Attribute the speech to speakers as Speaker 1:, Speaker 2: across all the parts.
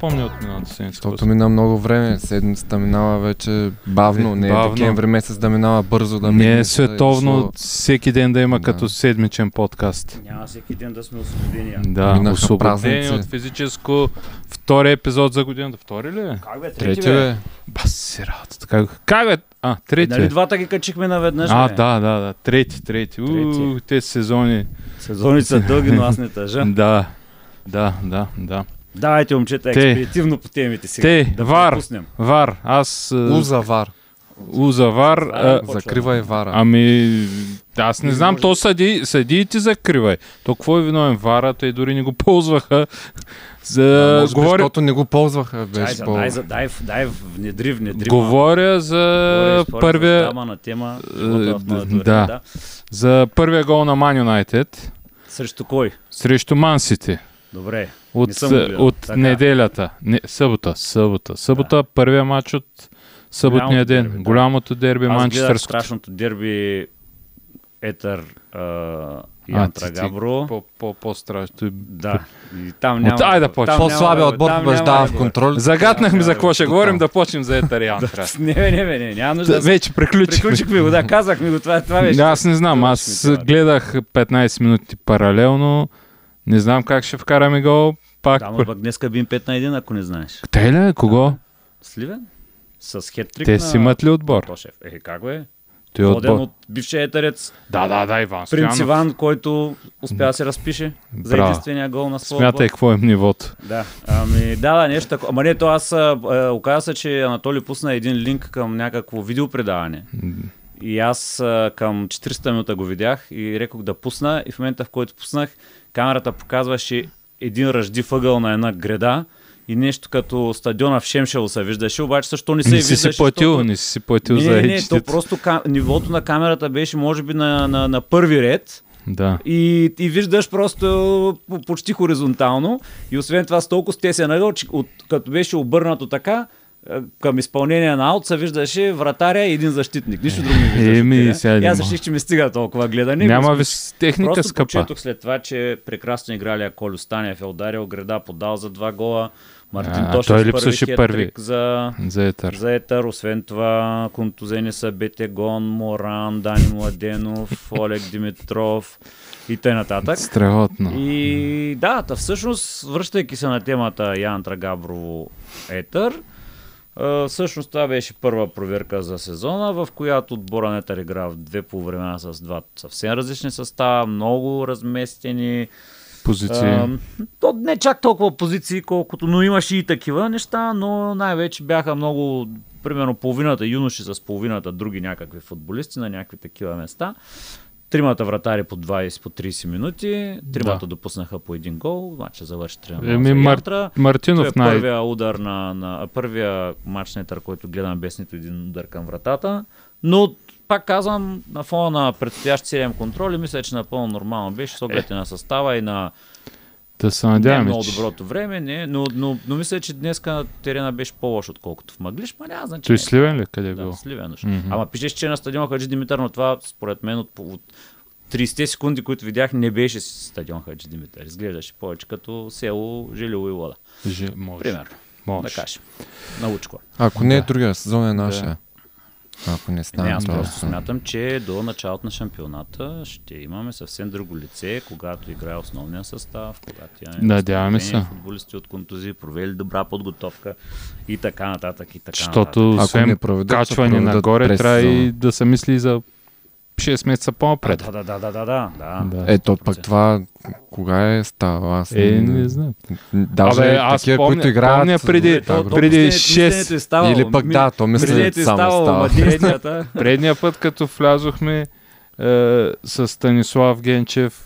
Speaker 1: помня от миналата седмица.
Speaker 2: Защото мина много време. Седмицата минава вече бавно. Не е
Speaker 1: Бавно.
Speaker 2: декември месец да минава бързо. Да
Speaker 1: Не
Speaker 2: мигне,
Speaker 1: е
Speaker 2: че да
Speaker 1: световно
Speaker 2: дошло.
Speaker 1: всеки ден да има
Speaker 2: Да.
Speaker 1: като седмичен подкаст.
Speaker 3: Няма всеки ден да сме освободени. а.
Speaker 1: Да,
Speaker 2: Минаха
Speaker 1: освободени
Speaker 2: празници.
Speaker 1: от физическо втори епизод за годината. Втори ли е?
Speaker 3: Как бе, трети,
Speaker 2: Трети
Speaker 3: бе?
Speaker 2: бе.
Speaker 1: Бас, си работата. Как, как бе? А, трети.
Speaker 3: Нали
Speaker 1: е.
Speaker 3: двата ги качихме наведнъж,
Speaker 1: А,
Speaker 3: бе?
Speaker 1: да, да, да. Трети, трети. У,
Speaker 3: Трети.
Speaker 1: те сезони.
Speaker 3: Сезоните са дълги, но аз не тъжа.
Speaker 1: Да. Да, да, да.
Speaker 3: Давайте, момчета,
Speaker 1: Те.
Speaker 3: експедитивно по темите сега.
Speaker 1: Те,
Speaker 3: да
Speaker 1: вар.
Speaker 3: пропуснем.
Speaker 1: Вар, аз... Уза,
Speaker 2: Уза вар.
Speaker 1: уза вар. е, а,
Speaker 3: Почва.
Speaker 2: Закривай вара.
Speaker 1: Ами, аз не
Speaker 3: Не
Speaker 1: знам,
Speaker 3: може.
Speaker 1: то съди, съдиите закривай. То какво е виновен вара, те дори не го ползваха. За...
Speaker 2: А, може би,
Speaker 1: говоря,
Speaker 2: Защото не го ползваха.
Speaker 3: Дай,
Speaker 2: Беше
Speaker 3: за-
Speaker 2: по...
Speaker 3: дай, за- дай, в- дай, внедри, внедри. малко.
Speaker 1: говоря за
Speaker 3: Говори, според
Speaker 1: първия, Е,
Speaker 3: Дама на тема. живота в
Speaker 1: да,
Speaker 3: моето време,
Speaker 1: да.
Speaker 3: да.
Speaker 1: за първия гол на Ман Юнайтед
Speaker 3: Срещу кой?
Speaker 1: срещу Ман Сити.
Speaker 3: Добре.
Speaker 1: От,
Speaker 3: Не съм го гледал.
Speaker 1: от
Speaker 3: Така.
Speaker 1: неделята. Не, събота. Събота. Събота, първия матч от съботния
Speaker 3: Голямото
Speaker 1: ден.
Speaker 3: дерби, да.
Speaker 1: Голямото дерби
Speaker 3: Аз гледах
Speaker 1: Манчестърско.
Speaker 3: страшното дерби Етър а, и
Speaker 1: А,
Speaker 3: Антра
Speaker 1: ти- ти-
Speaker 3: Габро.
Speaker 1: По- по- По-страшно.
Speaker 3: Да. И там няма.
Speaker 1: айде да
Speaker 3: там
Speaker 1: почнем.
Speaker 3: няма
Speaker 2: По-слабия
Speaker 3: да-
Speaker 2: отбор
Speaker 3: там
Speaker 2: побеждава
Speaker 3: няма
Speaker 2: в
Speaker 3: да-
Speaker 2: контрол.
Speaker 1: Загатнахме
Speaker 3: Да,
Speaker 1: за
Speaker 3: да,
Speaker 1: какво ще
Speaker 2: да.
Speaker 1: говорим, да почнем за Етър и Антра.
Speaker 3: Не, бе, не, бе, не, няма нужда.
Speaker 1: Да,
Speaker 3: Да,
Speaker 1: Вече приключихме.
Speaker 3: Приключихме го, да, казахме го, това, това
Speaker 1: Да,
Speaker 3: беше.
Speaker 1: Аз не знам,
Speaker 3: Това
Speaker 1: аз
Speaker 3: беше ми това.
Speaker 1: гледах 15 минути паралелно. Не знам как ще вкараме гол. Пак.
Speaker 3: Да, но пък днеска бим 5 на 1, ако не знаеш.
Speaker 1: Те ли? Кого?
Speaker 3: Сливен? С хеттрик
Speaker 1: Те
Speaker 3: на...
Speaker 1: си имат ли отбор?
Speaker 3: Тошев. Е, как е?
Speaker 1: Той е
Speaker 3: Воден
Speaker 1: отбор.
Speaker 3: от бившия етарец.
Speaker 1: Да, да, да, Иван
Speaker 3: Принц
Speaker 1: Стоянов.
Speaker 3: Иван, който успя да се разпише за
Speaker 1: Браво.
Speaker 3: единствения гол на своя
Speaker 1: Смятай какво е нивото.
Speaker 3: Да, ами да, да, нещо такова. Ама не, то аз а, а, оказа се, че Анатолий пусна един линк към някакво видеопредаване. И аз а, към 400 минута го видях и рекох да пусна. И в момента, в който пуснах, камерата показваше един ръжди въгъл на една града и нещо като стадиона в Шемшело се виждаше, обаче също не се
Speaker 1: Не си
Speaker 3: виждаше.
Speaker 1: си платил,
Speaker 3: защото-
Speaker 1: не си си платил
Speaker 3: не,
Speaker 1: за
Speaker 3: не, не, то
Speaker 1: ечетите.
Speaker 3: просто ка... нивото на камерата беше може би на, на, на първи ред.
Speaker 1: Да.
Speaker 3: И, и виждаш просто по- почти хоризонтално. И освен това с толкова стесен ъгъл, че от, като беше обърнато така, е, към изпълнение на аут се виждаше вратаря и един защитник. Нищо друго не виждаш.
Speaker 1: Еми,
Speaker 3: от нея.
Speaker 1: сега
Speaker 3: И аз
Speaker 1: не мога.
Speaker 3: реших, че ми стига толкова гледане.
Speaker 1: Няма
Speaker 3: Просто-
Speaker 1: ви техника
Speaker 3: Просто
Speaker 1: скъпа.
Speaker 3: почетох след това, че прекрасно игралия Колю Станев е ударил града, подал за два гола. Мартин
Speaker 1: А,
Speaker 3: Тошев
Speaker 1: той
Speaker 3: с първи
Speaker 1: липсваше
Speaker 3: хеттрик
Speaker 1: първи.
Speaker 3: За...
Speaker 1: За етър.
Speaker 3: За етър, освен това, контузени са Бетегон, Моран, Дани Младенов, Олег Димитров и т.н.
Speaker 1: Страхотно.
Speaker 3: И да, та всъщност, връщайки се на темата Ян Трагаброво Етър, а, всъщност това беше първа проверка за сезона, в която отбора на Етър игра в две полувремена с два съвсем различни състава, много разместени.
Speaker 1: Позиции.
Speaker 3: Ам, То не чак толкова позиции, колкото, но имаше и такива неща, но най-вече бяха много, примерно половината юноши с половината други някакви футболисти на някакви такива места. Тримата вратари по 20, по 30 минути,
Speaker 1: Да.
Speaker 3: тримата допуснаха по един гол, значи завърши 3 на
Speaker 1: Еми,
Speaker 3: за
Speaker 1: Мар-
Speaker 3: Ятра. Това е
Speaker 1: Мартинов най...
Speaker 3: първия удар на, на а, първия матч на Етър, който гледам без нито един удар към вратата. Но пак казвам, на фона на предстоящ 7 контроли, мисля, че напълно нормално беше с
Speaker 1: Е.
Speaker 3: оглед и на състава и на
Speaker 1: Да се
Speaker 3: не е
Speaker 1: надяваме,
Speaker 3: много
Speaker 1: че-
Speaker 3: доброто време, не, но, но, но мисля, че днеска терена беше по-лош, отколкото в Мъглиш, ма няма
Speaker 1: Той
Speaker 3: значение.
Speaker 1: сливен ли къде е
Speaker 3: да,
Speaker 1: бил?
Speaker 3: сливен. Mm-hmm. Ама пишеш, че е на стадион Хаджи Димитър, но това според мен от, от 30 секунди, които видях, не беше стадион Хаджи Димитър. Изглеждаше повече като село Жилево и Лода.
Speaker 1: Же- Може.
Speaker 3: Примерно, да
Speaker 1: Може.
Speaker 3: кажем. Научко.
Speaker 2: Ако не е другия сезон е нашия. Ако не
Speaker 3: Не,
Speaker 2: стане
Speaker 3: аз
Speaker 2: това.
Speaker 3: просто смятам, че до началото на шампионата ще имаме съвсем друго лице, когато играе основния състав, когато имаме
Speaker 1: Надяваме
Speaker 3: възстановени
Speaker 1: се.
Speaker 3: футболисти от контузии, провели добра подготовка и така нататък. И така нататък.
Speaker 1: Защото
Speaker 2: Ако не
Speaker 1: освен
Speaker 2: проведат, ще
Speaker 1: качване
Speaker 2: проведат
Speaker 1: нагоре,
Speaker 2: през
Speaker 1: трябва и
Speaker 2: сезона.
Speaker 1: да се мисли за 6 месеца по-напред.
Speaker 3: Да, да, да, да, да, да, да.
Speaker 1: Да.
Speaker 2: Е, то пък това кога е става? Аз
Speaker 1: Е, не знам.
Speaker 2: Даже
Speaker 1: Абе, аз
Speaker 2: такива,
Speaker 1: помня-
Speaker 2: които играят.
Speaker 1: помня
Speaker 2: с-
Speaker 1: преди-
Speaker 2: Да,
Speaker 1: то-
Speaker 2: го-
Speaker 1: то- Е, преди
Speaker 3: мисленето-
Speaker 1: шест.
Speaker 3: мисленето е ставало.
Speaker 2: Или пък
Speaker 3: Ми-
Speaker 2: да, то мисленето
Speaker 3: мисленето е
Speaker 2: само
Speaker 3: ставало,
Speaker 2: става.
Speaker 3: ма действията-
Speaker 1: Предния път, като влязохме е, с Станислав Генчев,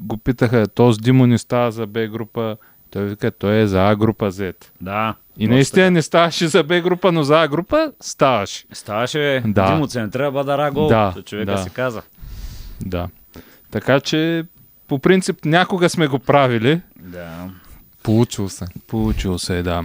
Speaker 1: го питаха, то с Димо не става за Б група. Той вика, той е за А група Z.
Speaker 3: Да.
Speaker 1: И
Speaker 3: точно
Speaker 1: наистина не ставаше за Б група, но за А група ставаше.
Speaker 3: така. Ставаше бе,
Speaker 1: Да.
Speaker 3: Димо центъра, бадара гол.
Speaker 1: Да,
Speaker 3: То човека
Speaker 1: да.
Speaker 3: се каза.
Speaker 1: Да. Така че, по принцип, някога сме го правили.
Speaker 3: Да.
Speaker 2: Получил се.
Speaker 1: Получило се, е, да.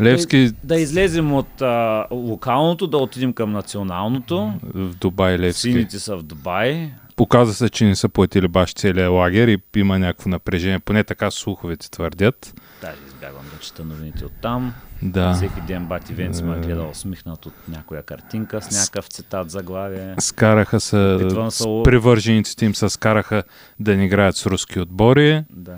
Speaker 1: Левски
Speaker 3: Да излезем от а, локалното, да отидем към националното.
Speaker 1: в Дубай, Левски.
Speaker 3: Сините са в Дубай.
Speaker 1: Показа се, че не са платили баш целият лагер и има някакво напрежение. Поне така слуховете твърдят.
Speaker 3: Даже избягах избягвам да чета новините от там.
Speaker 1: Да.
Speaker 3: Всеки ден Бати Венци ме е гледал усмихнат от някоя картинка с някакъв цитат заглавие.
Speaker 1: Скараха се,
Speaker 3: Опитвам се-
Speaker 1: с привържениците им се скараха да не играят с руски отбори.
Speaker 3: Да.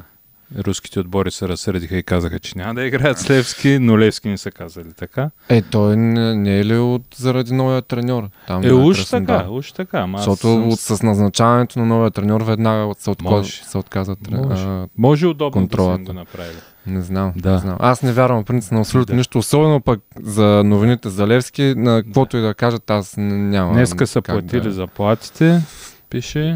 Speaker 1: Руските отбори се разсърдиха и казаха, че няма да играят с Левски, но Левски не са казали така.
Speaker 2: Е, той не, не е ли от, заради новия треньор? Там
Speaker 1: Е,
Speaker 2: на
Speaker 1: уж
Speaker 2: Краснодар.
Speaker 1: така, уж така. ама аз
Speaker 2: Защото
Speaker 1: съм-
Speaker 2: от, с назначаването на новия треньор веднага се, отко...
Speaker 1: Може.
Speaker 2: се отказа. трен-
Speaker 1: Може.
Speaker 2: А,
Speaker 1: Може удобно да са им
Speaker 2: контролата.
Speaker 1: го направили.
Speaker 2: не знам.
Speaker 1: Да.
Speaker 2: Не знам. Аз не вярвам принцип на абсолютно
Speaker 1: Да.
Speaker 2: нищо. Особено пък за новините за Левски, на каквото и да кажат, аз н- нямам.
Speaker 1: Днеска са
Speaker 2: как
Speaker 1: платили
Speaker 2: Да,
Speaker 1: заплатите, пише.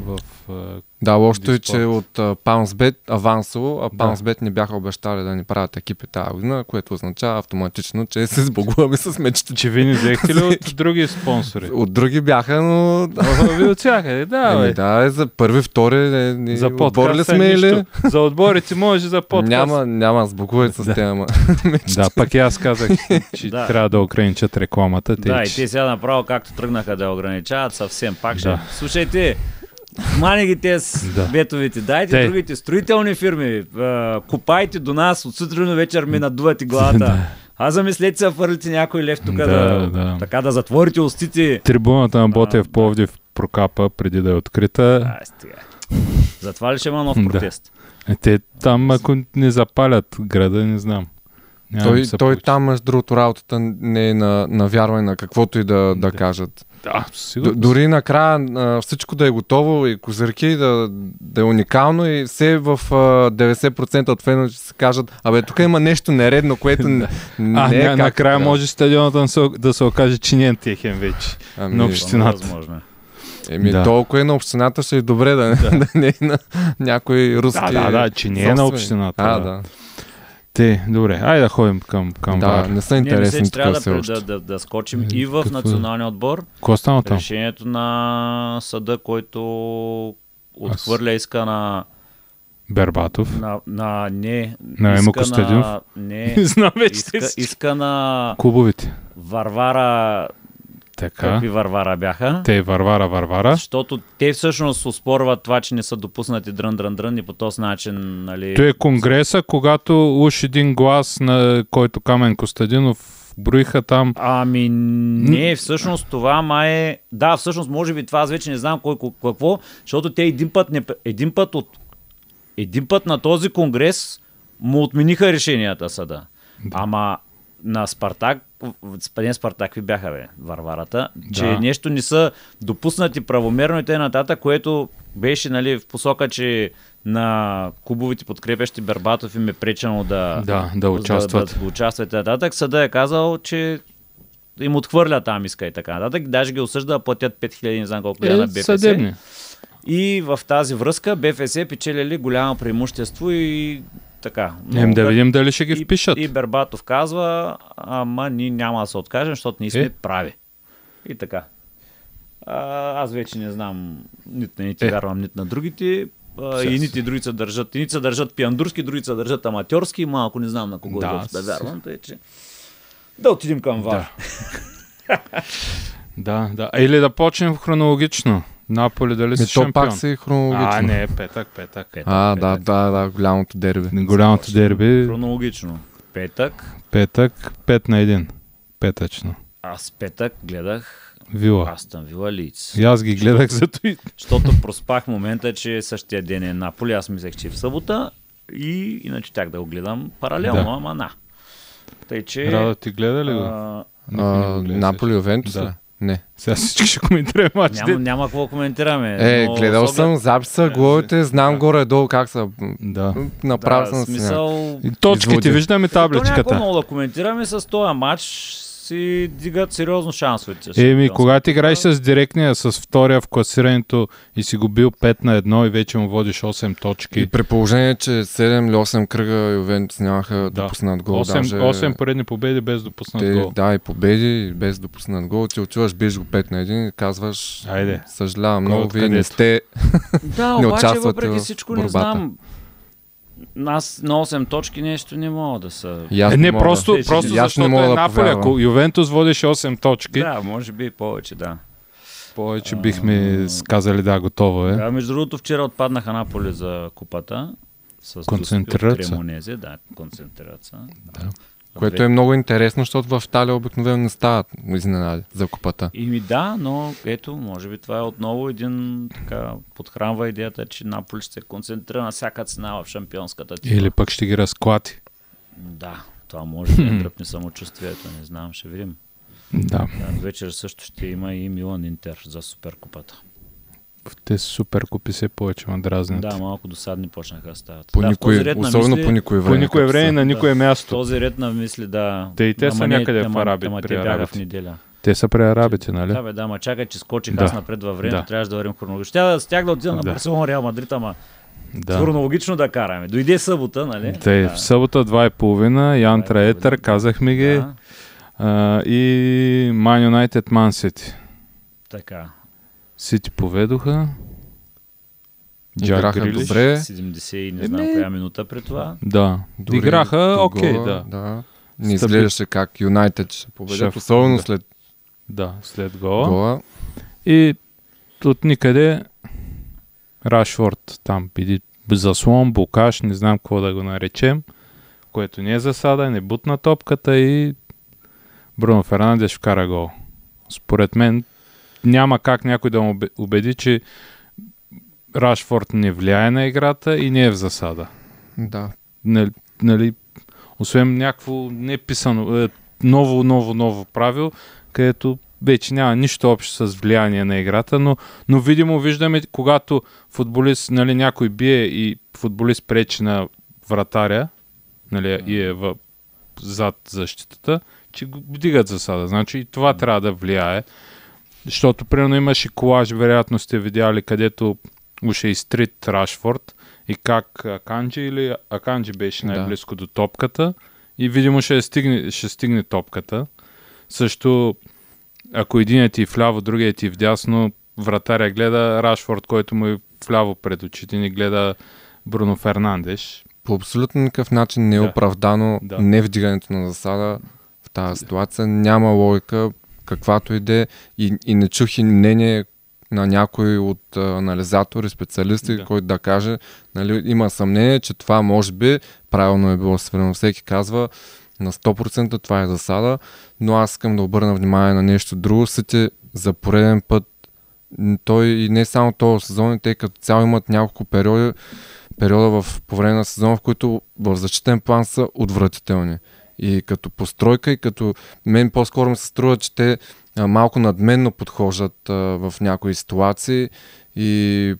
Speaker 1: В, а,
Speaker 2: да лошото е, че
Speaker 1: Диспорт.
Speaker 2: от а, Паунсбет авансово, а
Speaker 1: Да.
Speaker 2: Паунсбет ни бяха обещали да ни правят екипи тази година, което означава автоматично, че се сбогуваме с мечтите.
Speaker 1: че ви не взехте ли от други спонсори?
Speaker 2: От други бяха, но
Speaker 1: Ама ви от всякъде, да,
Speaker 2: Еми,
Speaker 1: бе.
Speaker 2: да, е за първи, втори, не, не,
Speaker 1: За
Speaker 2: отбор ли
Speaker 1: подкаста
Speaker 2: сме или...
Speaker 1: нищо. За отборите може за подкаст.
Speaker 2: Няма, няма сбогове с
Speaker 1: Да.
Speaker 2: тема.
Speaker 1: Да, пък и аз казах, че
Speaker 3: Да.
Speaker 1: трябва да ограничат рекламата. Те,
Speaker 3: Да, и
Speaker 1: че-
Speaker 3: те сега направо както тръгнаха да я ограничават, съвсем пак ще.
Speaker 1: Да.
Speaker 3: Слушайте, мани ги те с
Speaker 1: Да.
Speaker 3: бетовите, дайте
Speaker 1: Те.
Speaker 3: другите строителни фирми, а, купайте до нас, от сутрин до вечер ми надувате главата. А замислете се, фърлите някой лев тук да,
Speaker 1: Да, да.
Speaker 3: така да затворите устите.
Speaker 1: Трибуната на Ботев
Speaker 3: да.
Speaker 1: Пловдив прокапа преди да е открита.
Speaker 3: А, стига. Затова ли ще има нов
Speaker 1: Да.
Speaker 3: протест?
Speaker 1: Е, Те там, ако не запалят града, не знам. Няма да
Speaker 2: той,
Speaker 1: се
Speaker 2: той
Speaker 1: получи.
Speaker 2: там, между другото, работата не е на, на вярване на каквото и да, да кажат.
Speaker 1: Да,
Speaker 2: Д-
Speaker 1: сигурно.
Speaker 2: дори накрая а, всичко да е готово и козирки да, да е уникално и все в а, 90% от феновете ще се кажат, абе, тук има нещо нередно, което н- не,
Speaker 1: А,
Speaker 2: е
Speaker 1: не,
Speaker 2: как
Speaker 1: накрая
Speaker 2: да.
Speaker 1: може стадионът да се, да се окаже, че не е техен вече.
Speaker 2: Ами,
Speaker 1: на общ- Общината.
Speaker 3: Възможно. е.
Speaker 2: Еми,
Speaker 1: Да.
Speaker 2: толкова е на общината, ще е добре да, да. да не е на някой руски
Speaker 1: Да, да, да, че не е на
Speaker 2: собственик.
Speaker 1: общината.
Speaker 2: А,
Speaker 1: да.
Speaker 2: да.
Speaker 1: Те, добре, айде да ходим към, към
Speaker 2: Да,
Speaker 1: бар.
Speaker 2: не са
Speaker 3: Ние мисля,
Speaker 2: интересни
Speaker 3: че
Speaker 2: тук
Speaker 3: трябва да,
Speaker 2: все
Speaker 3: пре-
Speaker 2: още.
Speaker 3: да, да, да скочим
Speaker 1: Е,
Speaker 3: и в
Speaker 1: какво е?
Speaker 3: националния отбор.
Speaker 1: Какво стана там?
Speaker 3: Решението на съда, който отхвърля иска на
Speaker 1: Бербатов.
Speaker 3: На, на не.
Speaker 1: На Емо
Speaker 3: иска
Speaker 1: Костадинов?
Speaker 3: на, не.
Speaker 1: Не знам вече.
Speaker 3: Иска,
Speaker 1: всички.
Speaker 3: иска на
Speaker 1: Клубовете.
Speaker 3: Варвара.
Speaker 1: Така.
Speaker 3: Какви Варвара бяха?
Speaker 1: Те е Варвара, Варвара.
Speaker 3: Защото те всъщност оспорват това, че не са допуснати дрън-дрън-дрън и по този начин, нали...
Speaker 1: Той е конгреса, когато уж един глас, на който Камен Костадинов броиха там.
Speaker 3: Ами не, всъщност това май е... Да, всъщност може би това аз вече не знам кой ко- какво, защото те един път, не... един път от... Един път на този конгрес му отмениха решенията съда. Ама на Спартак, в- не Спартак ви бяха, бе, Варварата, че
Speaker 1: Да.
Speaker 3: нещо не са допуснати правомерно и т.н., което беше нали, в посока, че на клубовите подкрепящи Бербатов им е пречено да,
Speaker 1: Да, да
Speaker 3: Да,
Speaker 1: участват.
Speaker 3: да, да участват и така нататък. Съда е казал, че им отхвърля там иска и така нататък. Даже ги осъжда да платят 5000, не знам колко е, на БФС.
Speaker 1: съдебни.
Speaker 3: И в тази връзка БФС печелили голямо преимущество и така. Но
Speaker 1: Ем да
Speaker 3: Бер-
Speaker 1: видим дали ще ги впишат.
Speaker 3: И, и Бербатов казва, ама ние няма да се откажем, защото ние сме
Speaker 1: Е.
Speaker 3: прави. И така. А, аз вече не знам, нито на нито
Speaker 1: Е.
Speaker 3: вярвам, нито на другите. А, и
Speaker 1: Сега
Speaker 3: нити другите се държат. И нити се държат пиандурски, другите се държат аматьорски. Малко не знам на кого
Speaker 1: Да,
Speaker 3: да, да
Speaker 1: с-
Speaker 3: вярвам. Тъй, че... Да отидем към вас.
Speaker 1: Да. Да, да. А, Или да почнем хронологично. Наполи дали
Speaker 2: Ми,
Speaker 1: си
Speaker 2: то
Speaker 1: шампион?
Speaker 2: пак си хронологично.
Speaker 1: А, не, петък, петък.
Speaker 3: Петък,
Speaker 2: А, да,
Speaker 3: петък.
Speaker 2: да, да, голямото дерби.
Speaker 1: Голямото дерби,
Speaker 3: Хронологично. Петък.
Speaker 1: петък, 5 на 1. Петъчно.
Speaker 3: Аз петък гледах
Speaker 1: Вила.
Speaker 3: Астън Вила Лиц.
Speaker 1: И аз ги гледах за и...
Speaker 3: Защото проспах момента, че същия ден е Наполи. Аз мислех, че е в събота и иначе тях да го гледам паралелно,
Speaker 1: Да.
Speaker 3: ама на. Тъй, че...
Speaker 1: Радо, ти гледа ли го?
Speaker 3: Е, а,
Speaker 1: Никой не го гледа,
Speaker 2: Наполи Ювентус
Speaker 1: Да.
Speaker 2: ли? Не.
Speaker 1: Сега всички ще коментираме матчите.
Speaker 3: няма, няма какво коментираме.
Speaker 2: Е,
Speaker 3: но
Speaker 2: гледал
Speaker 3: с Е, оглед-
Speaker 2: съм записа, головите, знам горе-долу как са. м,
Speaker 1: Да.
Speaker 3: Да,
Speaker 2: Направил съм си. някакво.
Speaker 3: смисъл...
Speaker 1: И Точките,
Speaker 2: Изводи.
Speaker 1: виждаме
Speaker 3: Е, То някакво
Speaker 1: табличката.
Speaker 3: много да коментираме с този матч си дигат сериозно шансовете.
Speaker 1: Еми,
Speaker 3: Шампионски.
Speaker 1: когато играеш с директния, с втория в класирането и си го бил 5 на 1 и вече му водиш 8
Speaker 2: И
Speaker 1: точки.
Speaker 2: при положение, че 7 или 8 кръга Ювентус нямаха допуснат гол.
Speaker 1: 8,
Speaker 2: даже
Speaker 1: 8 поредни победи без допуснат
Speaker 2: те,
Speaker 1: гол.
Speaker 2: Да, и победи, и без допуснат гол. Ти отиваш, биеш го 5 на 1 и казваш,
Speaker 1: Айде.
Speaker 2: съжалявам,
Speaker 1: Кой
Speaker 2: много вие не
Speaker 1: откъдето?
Speaker 2: сте.
Speaker 3: Да,
Speaker 2: не
Speaker 3: обаче
Speaker 2: участвате
Speaker 3: въпреки
Speaker 2: в
Speaker 3: всичко не
Speaker 2: борбата.
Speaker 3: знам. Аз на 8 точки нещо не мога да са...
Speaker 2: И аз
Speaker 1: Е, не,
Speaker 2: мога да-
Speaker 1: просто,
Speaker 3: Е, че-
Speaker 1: просто
Speaker 2: и аз не
Speaker 1: защото
Speaker 2: мога
Speaker 1: е
Speaker 2: да
Speaker 1: Наполи.
Speaker 2: повярвам.
Speaker 1: Ако Ювентус водеше 8 точки,
Speaker 3: Да, може би и повече, да.
Speaker 1: повече бихме казали да, готово е.
Speaker 3: Да, между другото, вчера отпаднаха Наполи за купата. С
Speaker 1: Концентрират
Speaker 3: дуспи от
Speaker 1: се.
Speaker 3: Кремонези, да, концентрация. Да.
Speaker 2: Което е много интересно, защото в Италия обикновено не стават изненади за купата.
Speaker 3: Ими да, но ето, може би това е отново един така подхранва идеята, че Наполи ще се концентрира на всяка цена в шампионската титла.
Speaker 1: Или пък ще ги разклати.
Speaker 3: Да, това може да я дръпне самочувствието, не знам, ще видим.
Speaker 1: Да.
Speaker 3: Да, вечер също ще има и Милан Интер за Суперкупата.
Speaker 1: В тези супер купи се повече ма дразнят.
Speaker 3: Да, малко досадни почнаха да стават.
Speaker 2: По
Speaker 3: да, в този
Speaker 2: никой,
Speaker 3: ред на
Speaker 2: особено
Speaker 3: мисли,
Speaker 2: по никой време.
Speaker 1: По никое
Speaker 2: като са.
Speaker 1: време, на никое
Speaker 3: В
Speaker 1: място.
Speaker 3: този ред на мисли, да.
Speaker 1: Те и те
Speaker 3: Ама
Speaker 1: са
Speaker 3: не,
Speaker 1: някъде
Speaker 3: ама-
Speaker 1: в арабите,
Speaker 3: Ама
Speaker 1: при
Speaker 3: те бяха в
Speaker 1: арабите.
Speaker 3: неделя.
Speaker 1: Те са при арабите, нали?
Speaker 3: Да, бе, да, ма чакай, че скочих
Speaker 1: Да.
Speaker 3: аз напред във времето,
Speaker 1: Да.
Speaker 3: трябваше да вървим хронологично. Тя да стях да отида на
Speaker 1: Да.
Speaker 3: Барселона, Реал Мадрид, ама
Speaker 1: Да.
Speaker 3: хронологично да караме. Дойде събота, нали?
Speaker 1: Те в събота 2.30, Ян
Speaker 3: и
Speaker 1: Траетър,
Speaker 3: половина.
Speaker 1: казахме ги.
Speaker 3: да,
Speaker 1: А, и Man United, Man City.
Speaker 3: така.
Speaker 1: Сити поведоха. Джак
Speaker 2: Играха
Speaker 1: Грилиш.
Speaker 2: добре.
Speaker 3: 70 и не знам
Speaker 1: Еми-
Speaker 3: коя минута при това.
Speaker 1: Да.
Speaker 2: Дори
Speaker 1: Играха
Speaker 2: до
Speaker 1: окей,
Speaker 2: гола,
Speaker 1: да.
Speaker 2: да. Не
Speaker 1: Стабил-
Speaker 2: изглеждаше как Юнайтед ще победят,
Speaker 1: Шеф,
Speaker 2: особено
Speaker 1: да.
Speaker 2: след
Speaker 1: Да, след гола.
Speaker 2: гола.
Speaker 1: И от никъде Рашфорд там биди заслон, букаш, не знам какво да го наречем, което не е засада, не бутна топката и Бруно Фернандеш вкара гол. Според мен няма как някой да му убе- убеди, че Рашфорд не влияе на играта и не е в засада.
Speaker 2: Да.
Speaker 1: Нали, нали, освен някакво неписано, е, ново, ново, ново правило, където вече няма нищо общо с влияние на играта, но, но видимо виждаме, когато футболист, нали, някой бие и футболист пречи на вратаря, нали, и е в, зад защитата, че го вдигат засада. Значи и това трябва да влияе. Защото, примерно, имаше колаж, вероятно сте видяли, където уше изтрит Рашфорд и как Аканджи или Аканджи беше
Speaker 2: Да.
Speaker 1: най-близко до топката и видимо ще стигне, ще стигне топката. Също, ако единият ти е вляво, другият ти е вдясно, вратаря гледа Рашфорд, който му е вляво пред очите ни гледа Бруно Фернандеш.
Speaker 2: По абсолютно никакъв начин не е
Speaker 1: Да.
Speaker 2: оправдано
Speaker 1: Да.
Speaker 2: невдигането на засада в тази ситуация. Няма логика, каквато иде и, е. и не чух и мнение на някой от а, анализатори, специалисти,
Speaker 1: Да.
Speaker 2: който да каже, нали, има съмнение, че това може би правилно е било свирено. Всеки казва, на 100% това е засада, но аз искам да обърна внимание на нещо друго. Сити за пореден път, м, той и не само този сезон, и те като цяло имат няколко периоди, периода в, по време на сезона, в които в защитен план са отвратителни. И като постройка, и като мен по-скоро ми се струва, че те а, малко надменно подхождат а, в някои ситуации и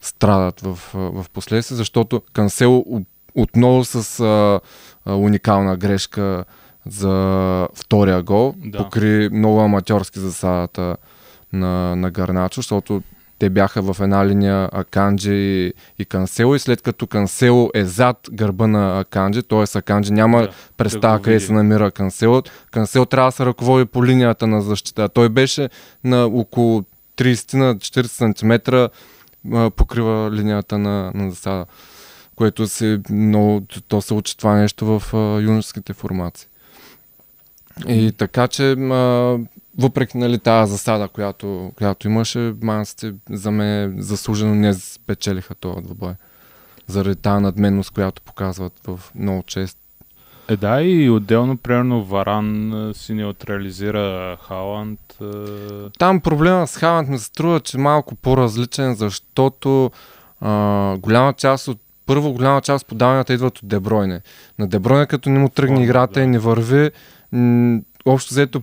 Speaker 2: страдат в, а, в последствие, защото Кансело у- отново с а, а, уникална грешка за втория гол
Speaker 1: Да.
Speaker 2: покри много аматьорски засадата на, на Гарначо, защото те бяха в една линия Аканджи и, и Кансело и след като Кансело е зад гърба на Аканджи, т.е. Аканджи няма
Speaker 1: Да,
Speaker 2: да,
Speaker 1: да
Speaker 2: представа
Speaker 1: го
Speaker 2: къде
Speaker 1: види.
Speaker 2: се намира Кансело. Кансело трябва да се ръководи по линията на защита. Той беше на около 30 на 40 см а, покрива линията на, на засада, което се, много, то се учи това нещо в а, юношеските формации. И така, че а, въпреки нали, тази засада, която, която имаше, манците за мен заслужено не спечелиха този двубой. Заради тази надменност, която показват в много чест.
Speaker 1: Е, да, и отделно, примерно, Варан а, си неутрализира Халанд. а,
Speaker 2: Там проблема с Халанд ми се струва, че е малко по-различен, защото а, голяма част от първо голяма част от подаванията идват от Дебройне. На Дебройне като не му тръгне
Speaker 1: О,
Speaker 2: играта
Speaker 1: да.
Speaker 2: и не върви, м- общо взето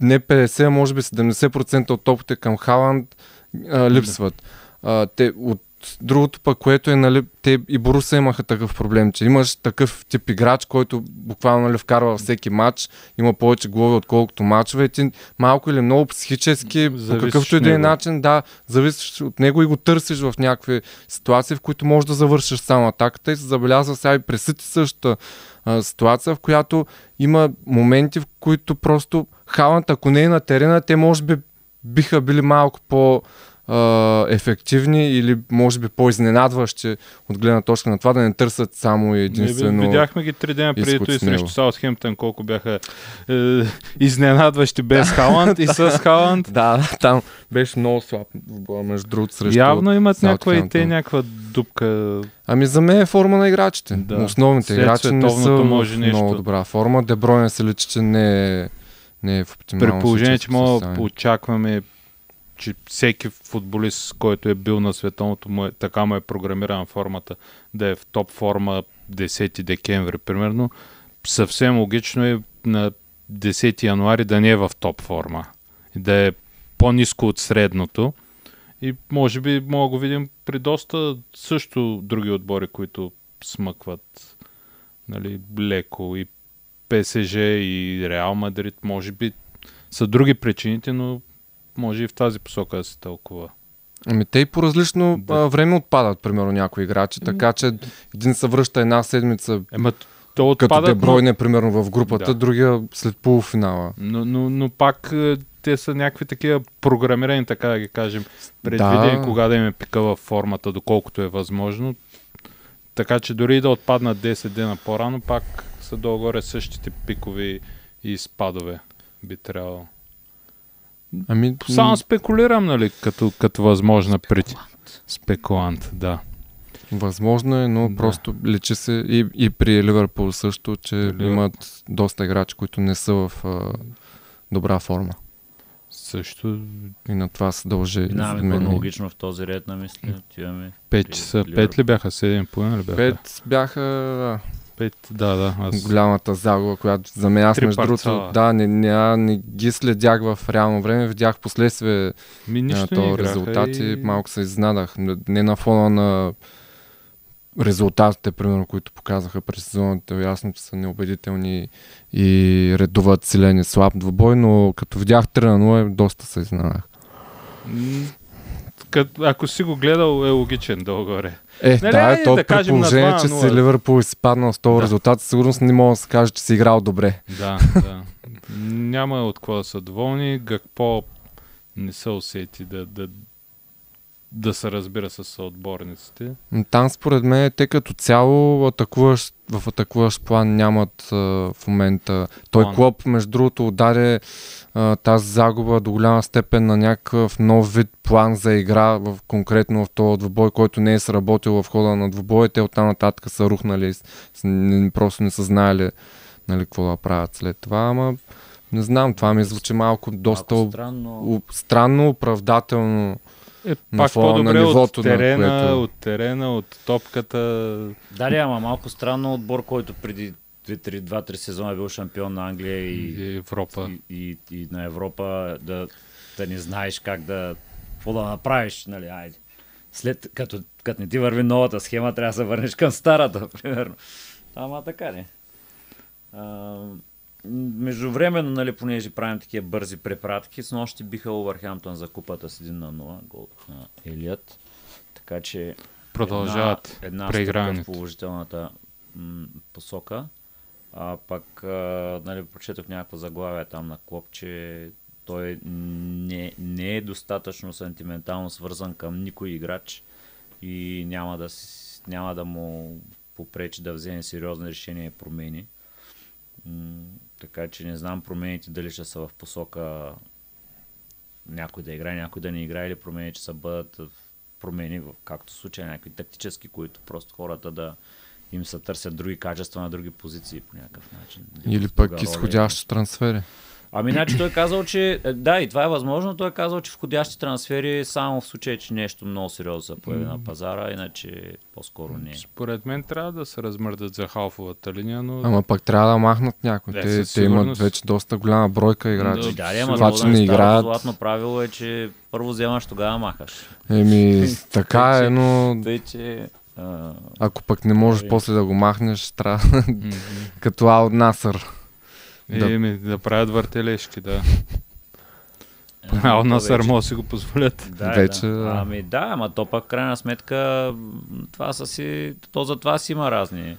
Speaker 2: не 50, а може би 70% от топите към Халанд а, липсват. А, те, от другото пък, което е, нали, те и Боруса имаха такъв проблем, че имаш такъв тип играч, който буквално нали, вкарва във всеки матч, има повече голови, отколкото мачове и ти малко или много психически, по
Speaker 1: Зависиш
Speaker 2: какъвто и
Speaker 1: от
Speaker 2: да е
Speaker 1: него.
Speaker 2: начин, да, зависиш от него и го търсиш в някакви ситуации, в които можеш да завършиш само атаката и се забелязва сега и пресити същата а, ситуация, в която има моменти, в които просто Халанд, ако не е на терена, те може би биха били малко по а, ефективни или може би по-изненадващи от гледна точка на това да не търсят само и единствено...
Speaker 1: Видяхме ги три дена преди
Speaker 2: изход
Speaker 1: това и
Speaker 2: с него.
Speaker 1: срещу Саутхемптън, колко бяха е, изненадващи без Халанд и с Халанд.
Speaker 2: Да, там беше много слаб двубой, между другото срещу...
Speaker 1: Явно имат някаква и те
Speaker 2: Саутхемптън.
Speaker 1: някаква дупка.
Speaker 2: Ами за мен е форма на играчите.
Speaker 1: Да.
Speaker 2: Да. Основните
Speaker 1: След
Speaker 2: играчи не са
Speaker 1: световното
Speaker 2: в
Speaker 1: може нещо.
Speaker 2: много добра форма. Дебройна се личи, че не е, не е в оптимално
Speaker 1: При положение, че
Speaker 2: физическо
Speaker 1: мога да
Speaker 2: състояние.
Speaker 1: очакваме, че всеки футболист, който е бил на световното, му е, така му е програмирана формата, да е в топ форма 10 декември, примерно. Съвсем логично е на 10 януари да не е в топ форма. И Да е по-низко от средното. И може би мога да го видим при доста също други отбори, които смъкват нали, леко и ПСЖ и Реал Мадрид, може би са други причините, но може и в тази посока да се тълкува.
Speaker 2: Ами те и по различно
Speaker 1: Да.
Speaker 2: да. време отпадат, примерно, някои играчи. Така че един се връща една седмица,
Speaker 1: Ема, то
Speaker 2: като
Speaker 1: отпада, Ами, но,
Speaker 2: Дебройна, примерно, в групата,
Speaker 1: Да.
Speaker 2: да. другия след полуфинала.
Speaker 1: но, но, но пак е, те са някакви такива програмирани, така да ги кажем, предвидени
Speaker 2: Да.
Speaker 1: кога да им е пика във формата, доколкото е възможно. Така че дори и да отпаднат 10 дена по-рано, пак са долу-горе същите пикови и спадове би трябвало.
Speaker 2: Ами,
Speaker 1: Само спекулирам, нали, като, като възможна причина. Спекулант, да.
Speaker 2: Възможно е, но
Speaker 1: Да.
Speaker 2: да. просто лечи се и, и при Ливърпул също, че
Speaker 1: Ливърпул.
Speaker 2: имат доста играчи, които не са в а, добра форма.
Speaker 1: Също
Speaker 2: И на това се дължи.
Speaker 3: Минаваме
Speaker 2: за мен.
Speaker 3: хронологично в този ред на мисли. Отиваме.
Speaker 1: 5
Speaker 3: При
Speaker 1: часа.
Speaker 3: Ливърпул.
Speaker 1: 5 ли бяха? 7 половина ли бяха?
Speaker 2: Пет бяха а,
Speaker 1: 5, да, да. Аз...
Speaker 2: голямата загуба, която за мен аз
Speaker 1: Три
Speaker 2: между
Speaker 1: парцала.
Speaker 2: другото, да, не, не, не ги следях в реално време, видях последствие
Speaker 1: Ми,
Speaker 2: на
Speaker 1: нищо не
Speaker 2: този
Speaker 1: играха
Speaker 2: резултат и...
Speaker 1: и...
Speaker 2: малко се изненадах. Не- Не на фона на резултатите, примерно, които показаха през сезоната, ясно, че са неубедителни и редуват силен и слаб двубой, но като видях 3 на 0, доста се изненадах.
Speaker 1: М, кът- Ако си го гледал, е логичен долу-горе.
Speaker 2: Е,
Speaker 1: Нали,
Speaker 2: да,
Speaker 1: айде
Speaker 2: е то
Speaker 1: да
Speaker 2: при
Speaker 1: кажем на
Speaker 2: положение,
Speaker 1: 2
Speaker 2: че
Speaker 1: на 0.
Speaker 2: си Ливърпул и си паднал с този
Speaker 1: Да.
Speaker 2: резултат, със сигурност не мога да се каже, че си играл добре.
Speaker 1: Да, да. Няма от какво да са доволни. Гакпо не се усети да, да, да се разбира с съотборниците.
Speaker 2: М, Там според мен те като цяло атакуваш, в атакуващ план нямат а, в момента. Той
Speaker 1: План.
Speaker 2: Клоп, между другото, ударе а, тази загуба до голяма степен на някакъв нов вид план за игра, в, конкретно в този двубой, който не е сработил в хода на двубоя. Те оттам нататък са рухнали, с, с, не, просто не са знаели нали, какво да правят след това. Ама не знам, това ми звучи малко доста
Speaker 3: Малко
Speaker 2: об-
Speaker 3: странно.
Speaker 2: об- странно, оправдателно.
Speaker 1: Е,
Speaker 2: На
Speaker 1: пак
Speaker 2: фона на
Speaker 1: по-добре от
Speaker 2: нивото, на
Speaker 1: терена,
Speaker 2: което- е.
Speaker 1: от терена, от топката.
Speaker 3: Да, ли, ама малко странно отбор, който преди 2-3 2-3 сезона е бил шампион на Англия и,
Speaker 1: И Европа.
Speaker 3: и, и, и на Европа, да, да не знаеш как да, какво да направиш, нали, айде. След, като, като не ти върви новата схема, трябва да се върнеш към старата, примерно. Ама така не. Междувременно, нали, понеже правим такива бързи препратки, с нощи биха Овърхемптън за купата с 1 на 0, гол на Елият. Така че
Speaker 1: Продължават
Speaker 3: една, една стъпка в
Speaker 1: преиграването.
Speaker 3: положителната м, посока. А пък, а, нали, прочетох някакво заглавие там на Клоп, че той не, не е достатъчно сантиментално свързан към никой играч и няма да, с- няма да му попречи да вземе сериозни решения и промени. М, така че не знам промените дали ще са в посока някой да играе, някой да не играе или промени, че са бъдат в- промени, в както случай, някакви тактически, които просто хората да им се търсят други качества на други позиции по някакъв начин.
Speaker 2: Или
Speaker 3: в друга
Speaker 2: пък
Speaker 3: роля.
Speaker 2: изходящи трансфери.
Speaker 3: Ами, значи той е казал, че. е, Да, и това е възможно. Той е казал, че входящи трансфери е само в случай, че нещо много сериозно се появи на пазара, иначе по-скоро не.
Speaker 1: Според мен трябва да се размърдат за халфовата линия, но...
Speaker 2: Ама пък трябва да махнат някой.
Speaker 1: Да,
Speaker 2: те,
Speaker 1: със
Speaker 2: те имат
Speaker 1: сигурност.
Speaker 2: вече доста голяма бройка
Speaker 1: Да,
Speaker 2: играчи.
Speaker 3: Да, да, ама
Speaker 2: това, че не играят.
Speaker 3: Златно правило е, че първо вземаш, тогава махаш.
Speaker 2: Еми, така е,
Speaker 3: Вече-
Speaker 2: но
Speaker 3: Тъй, че. а,
Speaker 2: ако пък не можеш после да го махнеш, трябва
Speaker 1: Мгм.
Speaker 2: като Ал Насър.
Speaker 1: Е,
Speaker 2: Да.
Speaker 1: да. Еми, да правят въртележки, да.
Speaker 3: е,
Speaker 1: А, на
Speaker 3: повече.
Speaker 1: сърмо си го позволят.
Speaker 3: Да,
Speaker 2: Вече,
Speaker 3: да.
Speaker 2: да.
Speaker 3: Ами да, ама то пък крайна сметка м, това са си, то за това си има разни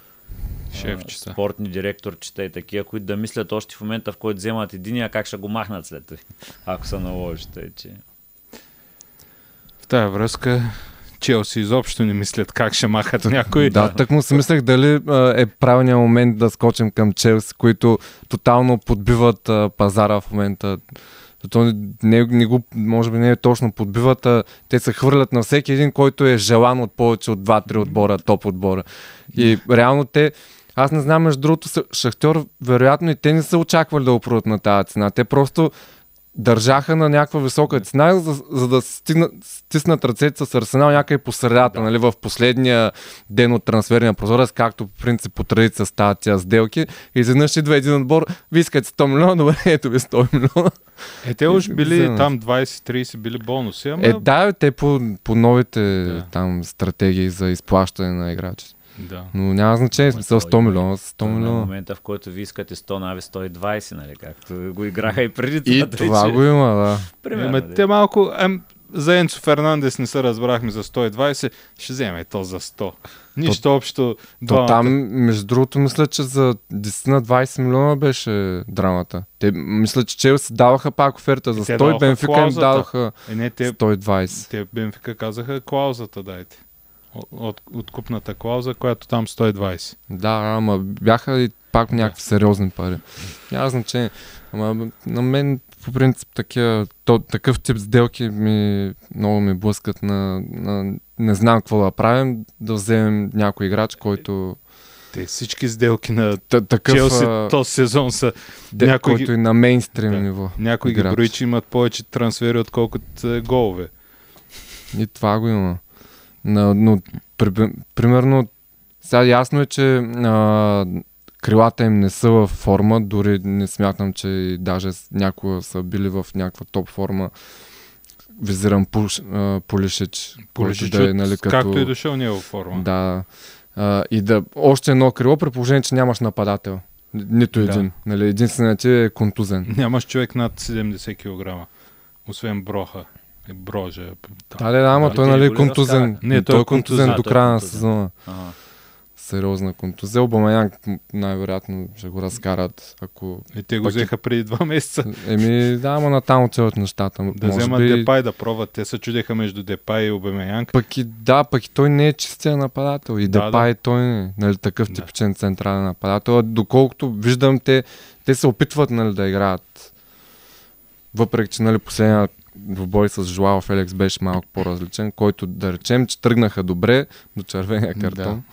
Speaker 3: а,
Speaker 1: Шефчета.
Speaker 3: спортни директорчета и такива, които да мислят още в момента, в който вземат единия, как ще го махнат след това, ако се наложи. Тъй, че.
Speaker 2: В
Speaker 1: тая връзка Челси изобщо не мислят как ще махат някой.
Speaker 2: Да, так му си мислех дали а, е правилният момент да скочим към Челси, които тотално подбиват а, пазара в момента. То не, не го, може би не е точно подбиват, а те се хвърлят на всеки един, който е желан от повече от 2-3 отбора, топ отбора. И реално те, аз не знам, между другото, Са- Шахтьор, вероятно и те не са очаквали да опруват на тази цена. Те просто държаха на някаква висока цена, за, за да стигна, стиснат ръцете с Арсенал някъде по средата, нали, в последния ден от трансферния прозорец, както по принцип по традиция стават тия сделки. И изведнъж идва един отбор, ви искате 100 милиона, добре, ето ви 100 милиона.
Speaker 1: Е, те уж били
Speaker 2: Взема.
Speaker 1: там 20-30 били бонуси, ама...
Speaker 2: Е, да, бе, те по, по новите
Speaker 1: Да.
Speaker 2: да. там стратегии за изплащане на играчи.
Speaker 1: да.
Speaker 2: Но няма значение, в смисъл 100 милиона, са 100
Speaker 3: На
Speaker 2: милиона.
Speaker 3: е момента, в който ви искате 100 нави 120, нали, както го играха и преди
Speaker 2: И
Speaker 3: тъй
Speaker 2: това
Speaker 3: че-
Speaker 2: го има, да.
Speaker 3: Примерно, нали.
Speaker 1: Ема,
Speaker 3: да.
Speaker 2: нали?
Speaker 1: те малко... Ем, за Енцо Фернандес не се разбрахме за 120, ще вземе то за 100. Нищо общо.
Speaker 2: То
Speaker 1: двамата.
Speaker 2: там, между другото, мисля, че за 10 на 20 милиона беше драмата. Те, мисля, че Челси даваха пак оферта за
Speaker 1: те
Speaker 2: 100 и
Speaker 1: даваха
Speaker 2: Бенфика им
Speaker 1: клаузата.
Speaker 2: даваха
Speaker 1: Е, не, те,
Speaker 2: 120.
Speaker 1: те Бенфика казаха клаузата дайте. О- От, от купната клауза, която там 120.
Speaker 2: Да, ама бяха и пак някакви сериозни пари. Няма значение. Ама на мен по принцип такива, то, такъв тип сделки ми много ми блъскат на, на не знам какво да правим, да вземем някой играч, който
Speaker 1: Те всички сделки на
Speaker 2: та- такъв,
Speaker 1: Челси
Speaker 2: а,
Speaker 1: този сезон са
Speaker 2: де,
Speaker 1: някой
Speaker 2: който
Speaker 1: ги-
Speaker 2: и на мейнстрим
Speaker 1: Да.
Speaker 2: ниво.
Speaker 1: някои ги
Speaker 2: Играч.
Speaker 1: брои, че имат повече трансфери, отколкото е, голове.
Speaker 2: И това го има. Но, но при, примерно, сега ясно е, че а, крилата им не са в форма, дори не смятам, че и даже с- някога са били в някаква топ форма. Визирам Пуш, а, Пулишич, който
Speaker 1: Полишич,
Speaker 2: да е,
Speaker 1: от-
Speaker 2: нали, като...
Speaker 1: както и дошъл ние във форма.
Speaker 2: Да. А, и да, още едно крило, при положение, че нямаш нападател. Н- Нито
Speaker 1: Да.
Speaker 2: един. Нали, единственият ти е контузен.
Speaker 1: Нямаш човек над 70 кг. Освен Броха. Е, Брожа.
Speaker 2: Да, да, да, ама
Speaker 3: Да,
Speaker 2: той
Speaker 3: ти
Speaker 2: нали
Speaker 3: ли го
Speaker 2: е контузен.
Speaker 3: разкара?
Speaker 1: Не,
Speaker 2: той е контузен
Speaker 3: А,
Speaker 2: до
Speaker 3: той е
Speaker 2: края на
Speaker 3: контузен.
Speaker 2: сезона.
Speaker 3: Ага.
Speaker 2: сериозна контузия. Обамаян най-вероятно ще го разкарат, ако...
Speaker 1: И те го
Speaker 2: Пък и-
Speaker 1: взеха преди два месеца.
Speaker 2: Еми, да, ама натам отиват нещата.
Speaker 1: Да
Speaker 2: може
Speaker 1: вземат
Speaker 2: би...
Speaker 1: Депай да пробват. Те се чудеха между Депай и Обемеянг.
Speaker 2: Пък и да, пък и той не е чистия нападател. И
Speaker 1: Да,
Speaker 2: да,
Speaker 1: да.
Speaker 2: Депай той не е нали, такъв
Speaker 1: Да.
Speaker 2: типичен централен нападател. А Доколкото виждам, те, те се опитват нали, да играят. Въпреки, че нали, последния двубой с Жуао Феликс беше малко по-различен, който да речем, че тръгнаха добре до червения картон.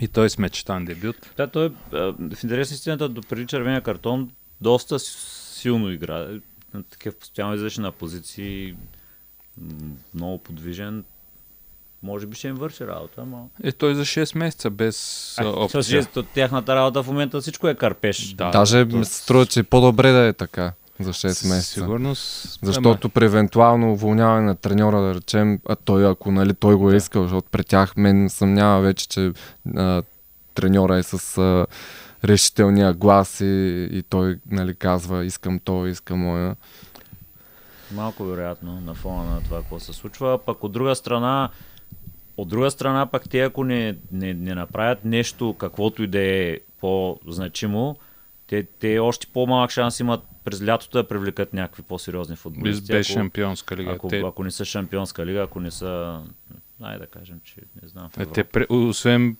Speaker 1: И той с мечтан дебют.
Speaker 3: Да, той а, в интерес на истината, до преди червения картон, доста с- силно игра. На Такъв постоянно излезеше на позиции, м, много подвижен. Може би ще им върши работа, ама...
Speaker 1: Е, той за 6 месеца без а,
Speaker 3: Ай, всъщност,
Speaker 1: опция.
Speaker 3: от тяхната работа в момента всичко е карпеш.
Speaker 1: Да,
Speaker 2: Даже
Speaker 1: то-
Speaker 2: ми се струва, че е по-добре да е така за 6
Speaker 1: със
Speaker 2: месеца.
Speaker 1: Сигурност.
Speaker 2: Защото при евентуално уволняване на треньора, да речем, а той ако нали, той го е искал, защото при тях мен съмнява вече, че а, треньора е с а, решителния глас и, и той нали, казва искам то, искам моя.
Speaker 3: Малко вероятно на фона на това, какво се случва. Пък от друга страна, от друга страна, пък те ако не, не, не направят нещо, каквото и да е по-значимо, те, те още по-малък шанс имат през лятото да привлекат някакви по-сериозни
Speaker 1: Ама, без,
Speaker 3: футболисти.
Speaker 1: без шампионска лига.
Speaker 3: е ако,
Speaker 1: те,
Speaker 3: ако, ако не са шампионска лига, ако не са... Ай да кажем, че не знам. в
Speaker 1: е,
Speaker 3: Европа.
Speaker 1: те, пре- освен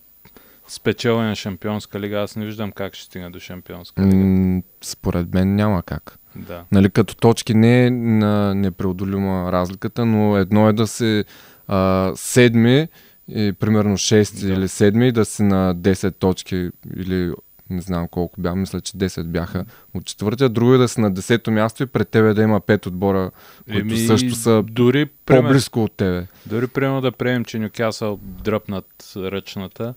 Speaker 1: спечелване на шампионска лига, аз не виждам как ще стигна до шампионска лига.
Speaker 2: М, според мен няма как.
Speaker 1: Да.
Speaker 2: Нали, като точки не е на непреодолима разликата, но едно е да си а, седми, и, примерно шести
Speaker 1: Да.
Speaker 2: или седми, и да си на 10 точки или не знам колко бях, мисля, че 10 бяха от четвъртия. Друго е да си на 10-то място и пред тебе да има 5 отбора, които
Speaker 1: Еми,
Speaker 2: също са
Speaker 1: дори, пример,
Speaker 2: по-близко от тебе.
Speaker 1: дори примерно да приемем, че Нюкасъл дръпнат ръчната,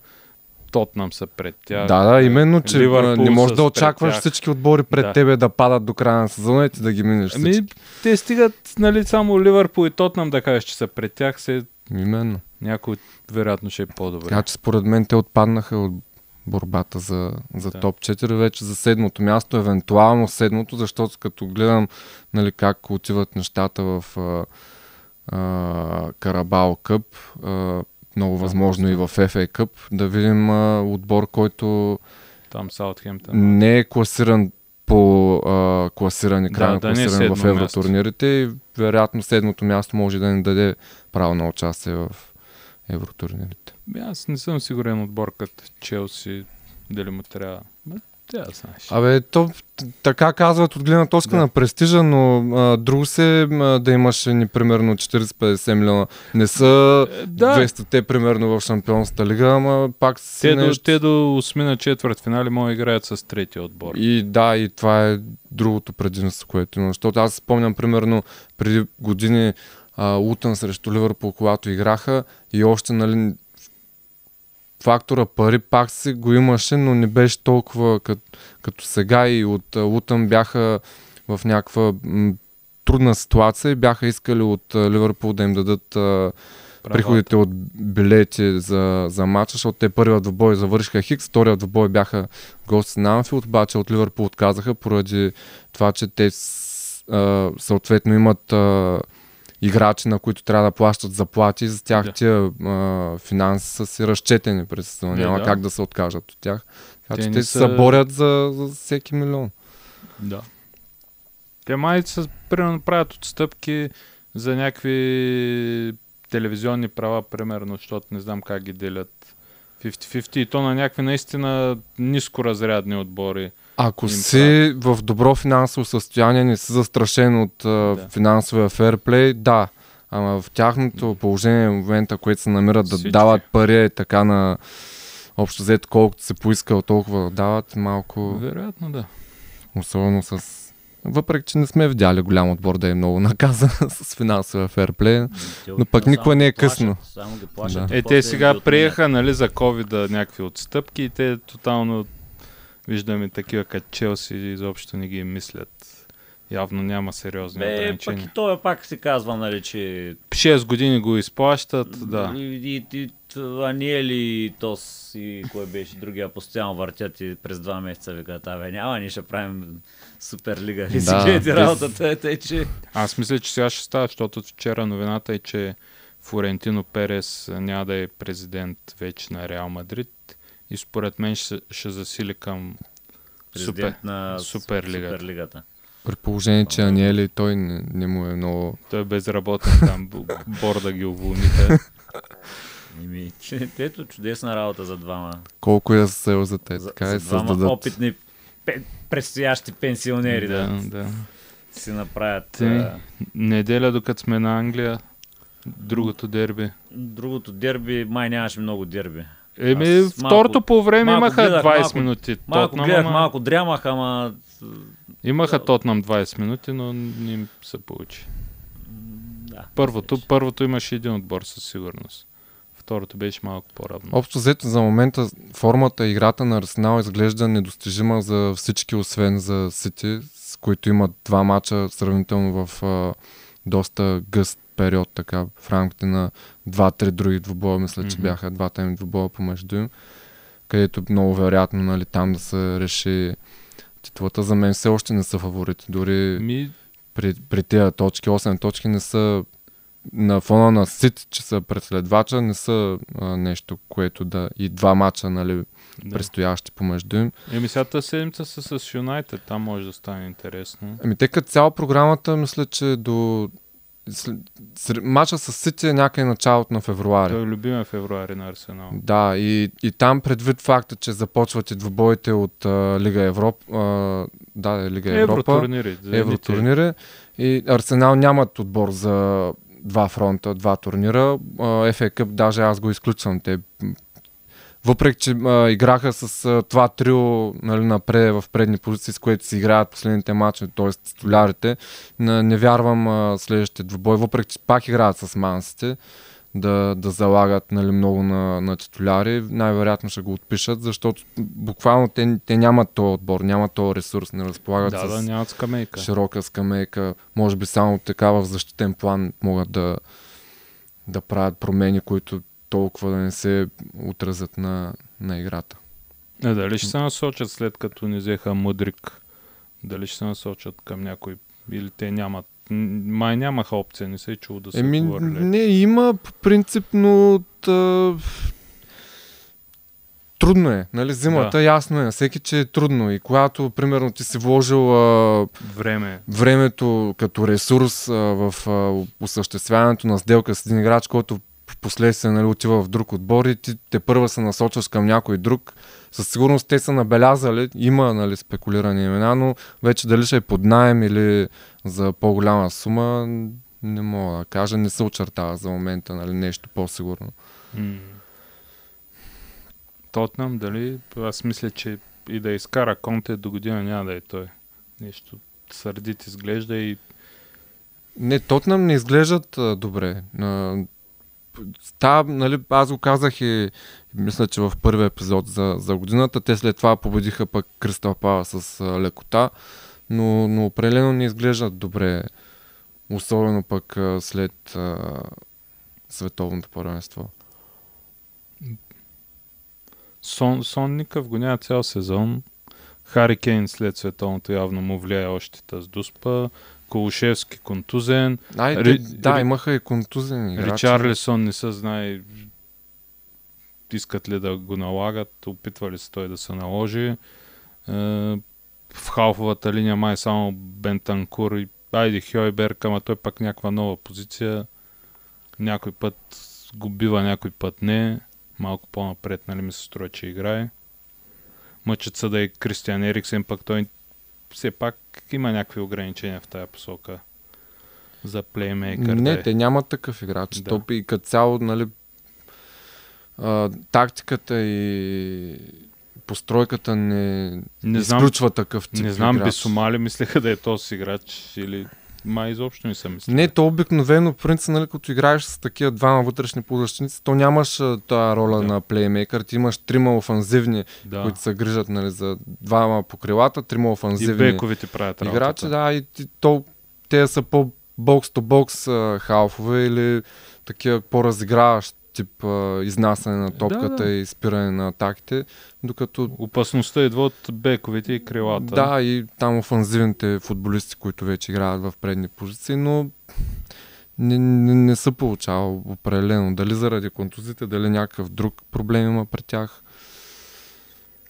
Speaker 1: Тотнам са пред тях.
Speaker 2: да, да, именно, че а,
Speaker 1: е Ливърпул
Speaker 2: не
Speaker 1: са
Speaker 2: можеш да
Speaker 1: пред
Speaker 2: очакваш
Speaker 1: тях.
Speaker 2: всички отбори пред
Speaker 1: Да.
Speaker 2: тебе да падат до края на сезона и ти да ги минеш.
Speaker 1: Ами,
Speaker 2: всички.
Speaker 1: те стигат, нали, само Ливърпул и Тотнам да кажеш, че са пред тях, се
Speaker 2: Именно.
Speaker 1: някой вероятно ще е по-добре.
Speaker 2: Така че според мен те отпаднаха от борбата за, за
Speaker 1: Да.
Speaker 2: да. топ 4, вече за седмото място, евентуално седмото, защото като гледам нали, как отиват нещата в а, а, Карабао Къп, а, много възможно и в FA Къп, да видим а, отбор, който
Speaker 1: Там Саутхемптън.
Speaker 2: не е класиран по а, класиране, крайно
Speaker 1: да не е
Speaker 2: класиране в
Speaker 1: седмо
Speaker 2: евротурнирите и вероятно седмото място може да ни даде право на участие в евротурнирите.
Speaker 1: Бе, Аз не съм сигурен отбор като Челси, дали му трябва. Бе, тя да знаеш.
Speaker 2: Абе, то т- така казват от гледна точка
Speaker 1: Да.
Speaker 2: на престижа, но а, друго се а, да имаш ни примерно 40-50 милиона. Не са
Speaker 1: Е,
Speaker 2: да.
Speaker 1: да,
Speaker 2: 200-те примерно в Шампионската лига, ама пак си
Speaker 1: те до,
Speaker 2: нещо.
Speaker 1: те до осми на четвърт финали могат да играят с третия отбор.
Speaker 2: И да, и това е другото предимство, което има. Защото аз спомням, примерно, преди години а, Лутън срещу Ливърпул, когато играха и още, нали, фактора пари пак си го имаше, но не беше толкова като, като сега и от а, Лутън бяха в някаква м, трудна ситуация и бяха искали от а, Ливърпул да им дадат а,
Speaker 1: Правилата.
Speaker 2: приходите от билети за, за матча, защото те първият двубой завършиха Хикс, вторият двубой бяха гости на Анфилд, обаче от Ливърпул отказаха поради това, че те с- а, съответно имат а, играчи, на които трябва да плащат заплати и за тях
Speaker 1: Да.
Speaker 2: тия а, финанси са си разчетени през сезона.
Speaker 1: Е,
Speaker 2: Няма
Speaker 1: да.
Speaker 2: как да се откажат от тях. Така
Speaker 1: Те
Speaker 2: че
Speaker 1: не
Speaker 2: те се
Speaker 1: са-
Speaker 2: съборят за, за всеки милион.
Speaker 1: Да. Те май са, примерно, правят отстъпки за някакви телевизионни права, примерно, защото не знам как ги делят. 50-50 и то на някакви наистина нискоразрядни отбори.
Speaker 2: Ако
Speaker 1: им
Speaker 2: си в добро финансово състояние, не си застрашен от а,
Speaker 1: Да.
Speaker 2: финансовия ферплей, да. Ама в тяхното положение в момента, което се намират да
Speaker 1: Всички.
Speaker 2: дават пари е така на общо взето колкото се поиска, толкова да дават малко,
Speaker 1: Вероятно да.
Speaker 2: особено с... Въпреки, че не сме видяли голям отбор да е много наказан с финансовия ферплей. Но пък
Speaker 3: Само
Speaker 2: никога не е
Speaker 3: ги плашат,
Speaker 2: късно.
Speaker 3: Само ги плашат.
Speaker 2: Да.
Speaker 3: и
Speaker 1: Е,
Speaker 3: после
Speaker 1: те сега
Speaker 3: ги
Speaker 1: приеха, нали, за covid някакви отстъпки и те тотално виждаме такива като Челси изобщо не ги мислят. Явно няма сериозни
Speaker 3: отменят. Бе, Е, пък
Speaker 1: ограничения.
Speaker 3: и той пак си казва, нали, че
Speaker 1: 6 години го изплащат, да.
Speaker 3: И, и, и, а ние ли Тос и кой беше другия постоянно въртят и през два месеца викат, абе няма, ние ще правим Суперлига. И си
Speaker 2: Да,
Speaker 3: гледате
Speaker 2: без-
Speaker 3: работата, е тъй, че...
Speaker 1: Аз мисля, че сега ще става, защото вчера новината е, че Флорентино Перес няма да е президент вече на Реал Мадрид и според мен ще, ще засили към Супер.
Speaker 3: президент на
Speaker 1: Суперлигата.
Speaker 3: Суперлигата.
Speaker 2: При положение, че Аниели той не, не му е много
Speaker 1: Той е безработен там, б- борда ги уволниха.
Speaker 3: Ими, Ами, ето чудесна работа за двама.
Speaker 2: колко е сел за те.
Speaker 3: За,
Speaker 2: Така и
Speaker 3: за двама
Speaker 2: създадат.
Speaker 3: опитни пе- предстоящи пенсионери да,
Speaker 1: да, да.
Speaker 3: си направят.
Speaker 1: Ти.
Speaker 3: а,
Speaker 1: Неделя, докато сме на Англия, другото дерби.
Speaker 3: другото дерби, май нямаше много дерби.
Speaker 1: Еми,
Speaker 3: Аз малко-
Speaker 1: второто по време
Speaker 3: малко
Speaker 1: имаха
Speaker 3: гледах,
Speaker 1: 20
Speaker 3: малко-
Speaker 1: минути.
Speaker 3: Малко
Speaker 1: Тотнам,
Speaker 3: гледах,
Speaker 1: ама-
Speaker 3: малко дрямах, ама
Speaker 1: Имаха Тотнам 20 минути, но не им се получи.
Speaker 3: да.
Speaker 1: Първото, първото имаше един отбор със сигурност. Второто беше малко по-равно.
Speaker 2: Общо взето за момента формата и играта на Арсенал изглежда недостижима за всички, освен за Сити, с които имат два мача сравнително в а, доста гъст период, така в рамките на два-три други двубоя, мисля, че
Speaker 1: Мгм.
Speaker 2: бяха двата им двубоя помежду им, където много вероятно нали, там да се реши титлата. За мен все още не са фаворити, дори
Speaker 1: Ми,
Speaker 2: при, при тези точки, 8 точки не са на фона на Сити, че са преследвача, не са а, нещо, което да и два мача, нали,
Speaker 1: да.
Speaker 2: предстоящи помежду им.
Speaker 1: Еми сега тази седмица са с Юнайтед, там може да стане интересно.
Speaker 2: Ами те като цяло програмата, мисля, че до след- сред- мача с Сити е някъде началото на февруари.
Speaker 1: Той е любимен февруари на Арсенал.
Speaker 2: Да, и, и там предвид факта, че започват и двубоите от а, Лига Европа, а, да, Лига Европа.
Speaker 1: Евротурнири. за едните.
Speaker 2: евротурнири. И Арсенал нямат отбор за два фронта, два турнира. А, FA Cup даже аз го изключвам. Те, м, въпреки, че а, играха с а, това трио нали, напред в предни позиции, с което си играят последните матчи, т.е. столярите, не, не вярвам а, следващия двубой, въпреки, че пак играят с мансите. Да, да залагат нали, много на, на титуляри, най-вероятно ще го отпишат, защото м, буквално те, те нямат този отбор, нямат този ресурс, не разполагат
Speaker 1: Да,
Speaker 2: с,
Speaker 1: да, нямат скамейка.
Speaker 2: широка скамейка. Може би само така в защитен план могат да, да правят промени, които толкова да не се отразят на, на играта.
Speaker 1: Е, дали ще се насочат след като не взеха Мъдрик? Дали ще се насочат към някой? Или те нямат? М, Май нямаха опция, не се е чуло да се
Speaker 2: Еми,
Speaker 1: говорили.
Speaker 2: не, има по принцип, но от, а, трудно е, нали, зимата, да. ясно е, на всеки, че е трудно и когато, примерно, ти си вложил а,
Speaker 1: Време. е.
Speaker 2: времето като ресурс а, в а, осъществяването на сделка с един играч, който в последствие нали, отива в друг отбор и ти те първа се насочваш към някой друг. Със сигурност те са набелязали, има нали, спекулирани имена, но вече дали ще е под найем или за по-голяма сума, не мога да кажа, не се очертава за момента нали, нещо по-сигурно.
Speaker 1: М. Тотнам, дали? Аз мисля, че и да изкара Конте до година няма да е той. Нещо сърдит изглежда и
Speaker 2: Не, Тотнам не изглеждат а, добре. А, та, нали, аз го казах и мисля, че в първи епизод за, за годината. Те след това победиха пък Кристал Пала с а, лекота, но, но определено не изглеждат добре. Особено пък а, след а, световното първенство.
Speaker 1: сон, Сонникъв го няма цял сезон. Хари Кейн след световното явно му влияе още тази дуспа. Колушевски контузен.
Speaker 2: Ай,
Speaker 1: Ри-
Speaker 2: Ри, да,
Speaker 1: Ри-
Speaker 2: имаха и контузен играч.
Speaker 1: Ричарлисон Нали, не се знае искат ли да го налагат, опитва ли се той да се наложи. Е, в халфовата линия май само Бентанкур и Айди Хойберг, ама той пак някаква нова позиция. Някой път го бива, някой път не. Малко по-напред, нали ми се струва, че играе. Мъчат се да е Кристиан Ериксен, пък той все пак има някакви ограничения в тази посока за плеймейкър. да е.
Speaker 2: Не, те нямат такъв играч.
Speaker 1: Да.
Speaker 2: Да. Топ и като цяло, нали, а, тактиката и постройката не,
Speaker 1: не знам,
Speaker 2: изключва такъв тип
Speaker 1: Не знам,
Speaker 2: играч.
Speaker 1: Бесомали мислеха да е този играч или май изобщо не съм мислил.
Speaker 2: Не, то обикновено, в принцип, нали, като играеш с такива двама вътрешни полузащитници, то нямаш а, тая роля
Speaker 1: Да.
Speaker 2: на плеймейкър, ти имаш трима офанзивни,
Speaker 1: да.
Speaker 2: които се грижат нали, за двама по крилата, трима
Speaker 1: и
Speaker 2: офанзивни
Speaker 1: бековите правят работата.
Speaker 2: играчи, да, и ти, то, те са по бокс то бокс халфове или такива по-разиграващ тип а, изнасяне на топката
Speaker 1: да.
Speaker 2: и спиране на атаките, докато
Speaker 1: Опасността идва от бековите и крилата.
Speaker 2: да, и там офанзивните футболисти, които вече играят в предни позиции, но не, не, не се получава определено. Дали заради контузите, дали някакъв друг проблем има при тях.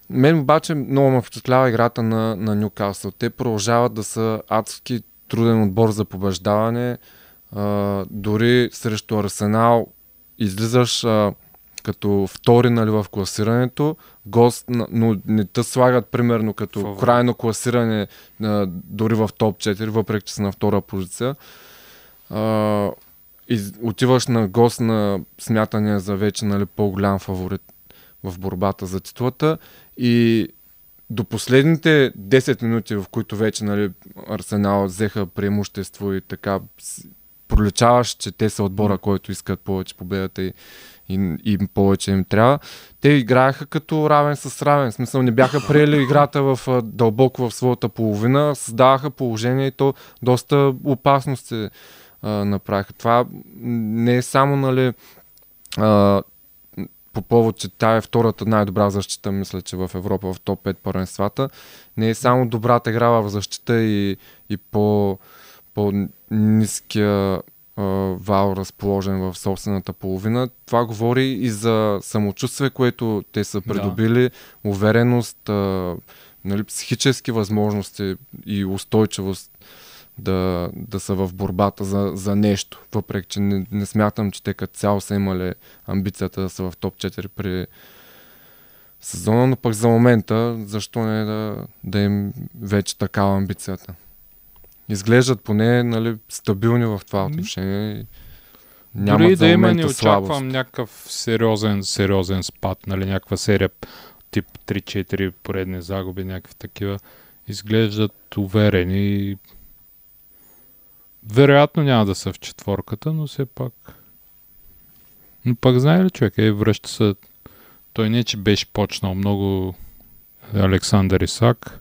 Speaker 2: Мен обаче много ме впечатлява играта на, на Нюкасъл. Те продължават да са адски труден отбор за побеждаване. А, дори срещу Арсенал излизаш а, като втори нали, в класирането, гост, на- но не те слагат примерно като
Speaker 1: Фаворит.
Speaker 2: крайно класиране а, дори в топ 4, въпреки че са на втора позиция. А, из, отиваш на гост на смятане за вече нали, по-голям фаворит в борбата за титлата и до последните 10 минути, в които вече нали, Арсенал взеха преимущество и така с- проличаваш, че те са отбора, който искат повече победата и, и, и повече им трябва. Те играеха като равен с равен. В смисъл не бяха приели играта в, а, дълбоко в своята половина, създаваха положение и то доста опасности а, направиха. Това м, не е само нали, а, по повод, че тя е втората най-добра защита, мисля, че в Европа в топ 5 първенствата. Не е само добрата игра в защита и, и по, по-низкия а, вал разположен в собствената половина. Това говори и за самочувствие, което те са
Speaker 1: Да.
Speaker 2: придобили, увереност, а, нали, психически възможности и устойчивост да, да са в борбата за, за нещо. Въпреки, че не, не смятам, че те като цяло са имали амбицията да са в топ 4 при сезона, но пък за момента, защо не да, да им вече такава амбицията? Изглеждат поне нали, стабилни в това
Speaker 1: Ми.
Speaker 2: отношение. и Нямат
Speaker 1: Ами, Дори и
Speaker 2: за
Speaker 1: да има, не
Speaker 2: момента
Speaker 1: очаквам
Speaker 2: слабост.
Speaker 1: някакъв сериозен, сериозен спад, нали, някаква серия тип 3-4 поредни загуби, някакви такива. Изглеждат уверени. Вероятно няма да са в четворката, но все пак. Но пак знае ли човек, е, връща се. Той не, че беше почнал много Александър Исак.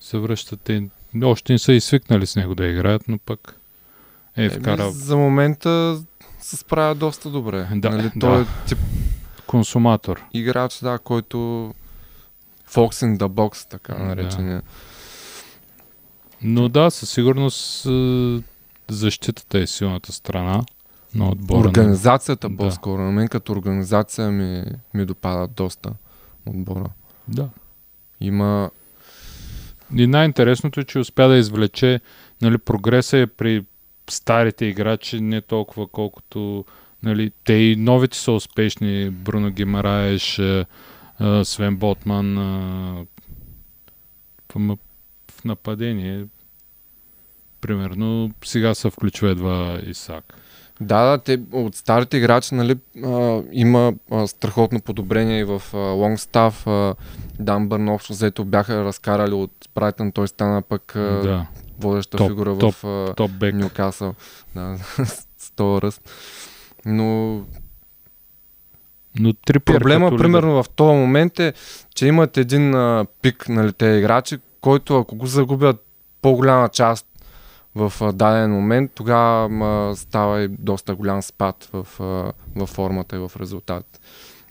Speaker 1: Се връщат и още не са и свикнали с него да играят, но пък е
Speaker 2: Еми,
Speaker 1: вкара
Speaker 2: За момента се справя доста добре.
Speaker 1: Да,
Speaker 2: нали,
Speaker 1: да.
Speaker 2: Той е тип
Speaker 1: консуматор.
Speaker 2: играч, да, който Fox in the Box, така
Speaker 1: Да.
Speaker 2: наречения.
Speaker 1: Но да, със сигурност е, защитата е силната страна на отбора. нали?
Speaker 2: Организацията
Speaker 1: Да.
Speaker 2: по-скоро. На мен като организация ми, ми допада доста. отбора.
Speaker 1: Да.
Speaker 2: Има
Speaker 1: И най-интересното е, че успя да извлече нали, прогреса е при старите играчи не толкова колкото нали, те и новите са успешни. Бруно Гимараеш, е, е, Свен Ботман е, в, м- в нападение. Примерно сега се включва едва Исак.
Speaker 2: Да, да, те от старите играчи нали, а, има а, страхотно подобрение и в а, Лонгстаф. А, Дан Бърн общо взето бяха разкарали от Брайтън, той стана пък а, да.
Speaker 1: Да,
Speaker 2: водеща
Speaker 1: Топ,
Speaker 2: фигура в а,
Speaker 1: топ бек.
Speaker 2: Нюкасъл. Да, с този ръст. Но
Speaker 1: Но три
Speaker 2: проблема, примерно, в този момент е, че имат един а, пик на нали, те играчи, който ако го загубят по-голяма част в а, даден момент, тогава м, става и доста голям спад в, а, в формата и в резултат.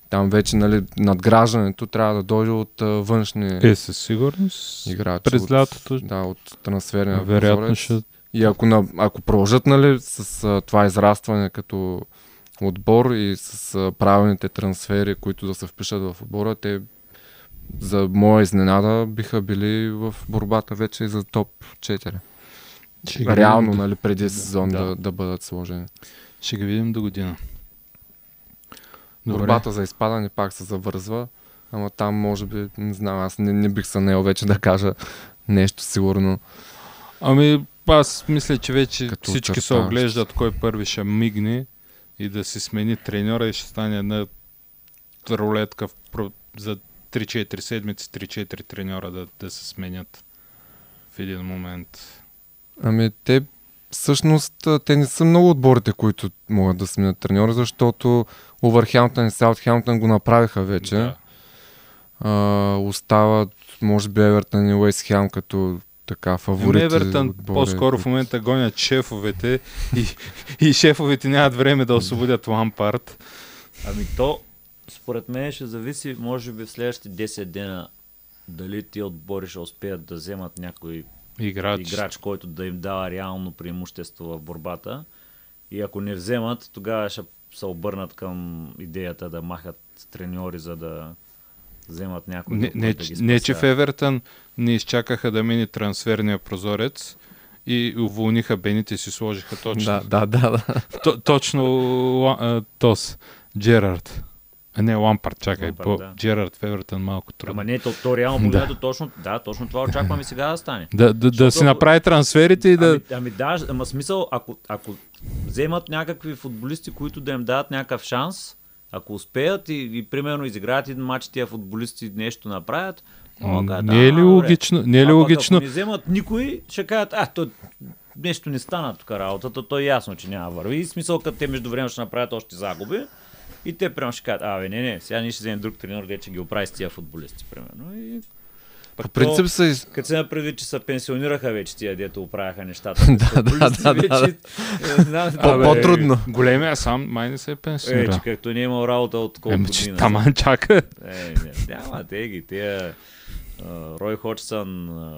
Speaker 2: Там вече нали, надграждането трябва да дойде от а, външни
Speaker 1: Е, със сигурност.
Speaker 2: играчи.
Speaker 1: През
Speaker 2: от,
Speaker 1: лятото
Speaker 2: Да, от трансферния
Speaker 1: вероятно
Speaker 2: прозорец.
Speaker 1: ще
Speaker 2: И ако, на, ако продължат нали, с а, това израстване като отбор и с а, правилните трансфери, които да се впишат в отбора, те за моя изненада биха били в борбата вече и за топ 4.
Speaker 1: Ще ги
Speaker 2: Реално,
Speaker 1: видим,
Speaker 2: нали, преди сезон да,
Speaker 1: Да.
Speaker 2: да, да бъдат сложени.
Speaker 1: ще ги видим до година. Добре.
Speaker 2: Борбата за изпадане пак се завързва, ама там може би, не знам, аз не, не бих се наел вече да кажа нещо сигурно.
Speaker 1: Ами, аз мисля, че вече
Speaker 2: Като
Speaker 1: всички се
Speaker 2: очертаващ.
Speaker 1: оглеждат кой първи ще мигне и да си смени треньора и ще стане една рулетка в про- за 3-4 седмици, 3-4 треньора да, да се сменят в един момент.
Speaker 2: Ами те всъщност а, те не са много отборите, които могат да сменят треньора, защото Увърхемптън и Саутхемптън го направиха вече.
Speaker 1: Да.
Speaker 2: А, остават, може би, Евертън и Уейс Хем като така
Speaker 1: Ами
Speaker 2: фаворити.
Speaker 1: Евертън
Speaker 2: отбори,
Speaker 1: по-скоро в
Speaker 2: които-
Speaker 1: момента гонят шефовете и, и шефовете нямат време да освободят Лампард.
Speaker 3: Ами то, според мен ще зависи, може би в следващите 10 дена, дали ти отбори ще успеят да вземат някой
Speaker 1: Играч.
Speaker 3: играч, който да им дава реално преимущество в борбата. И ако не вземат, тогава ще се обърнат към идеята да махат треньори, за да вземат някой.
Speaker 1: Не,
Speaker 3: друг,
Speaker 1: не,
Speaker 3: който да
Speaker 1: че-
Speaker 3: ги
Speaker 1: не, че в
Speaker 3: спасява.
Speaker 1: Евертън не изчакаха да мине трансферния прозорец и уволниха бените си, сложиха точно,
Speaker 2: Да, да, да, да.
Speaker 1: то, точно Ла- а, Тос, Джерард. А не, Лампард, чакай.
Speaker 3: Лампард,
Speaker 1: Бо,
Speaker 3: да.
Speaker 1: Джерард в Евертън малко трудно.
Speaker 3: Ама не, то, то реално погледнато точно, да, точно това очакваме сега да стане.
Speaker 1: Да, да, да си
Speaker 3: Защото-
Speaker 1: направи трансферите и да...
Speaker 3: Ами, ами да, ама смисъл, ако, ако вземат някакви футболисти, които да им дадат някакъв шанс, ако успеят и, и примерно изиграят един матч, тия футболисти нещо направят, мога да кажат,
Speaker 1: не е ли
Speaker 3: «А, добре».
Speaker 1: логично? Не е ли
Speaker 3: А пък
Speaker 1: логично?
Speaker 3: Ако не вземат никой, ще кажат, а, то нещо не стана тук работата, то е ясно, че няма да върви. И смисъл, като те между време ще направят още загуби. И те прямо ще кажат, а, бе, не, не, сега ние ще вземем друг тренер, де ще ги оправи с тия футболисти, примерно. И...
Speaker 2: По
Speaker 3: Пък то-
Speaker 2: принцип са из-
Speaker 3: като се предвид, че се пенсионираха вече тия, дето оправяха нещата.
Speaker 2: да,
Speaker 3: Футболисти
Speaker 2: да, да, да.
Speaker 3: вече, е, знам,
Speaker 2: по-
Speaker 3: да, бе.
Speaker 2: по-трудно.
Speaker 1: Големия сам май не се е
Speaker 3: Е,
Speaker 1: пенсионирал.
Speaker 3: че както не е имал работа от колко
Speaker 1: Еми, че
Speaker 3: година.
Speaker 1: таман чака.
Speaker 3: Е, не, няма, те ги, тия а, Рой Ходжсън, а,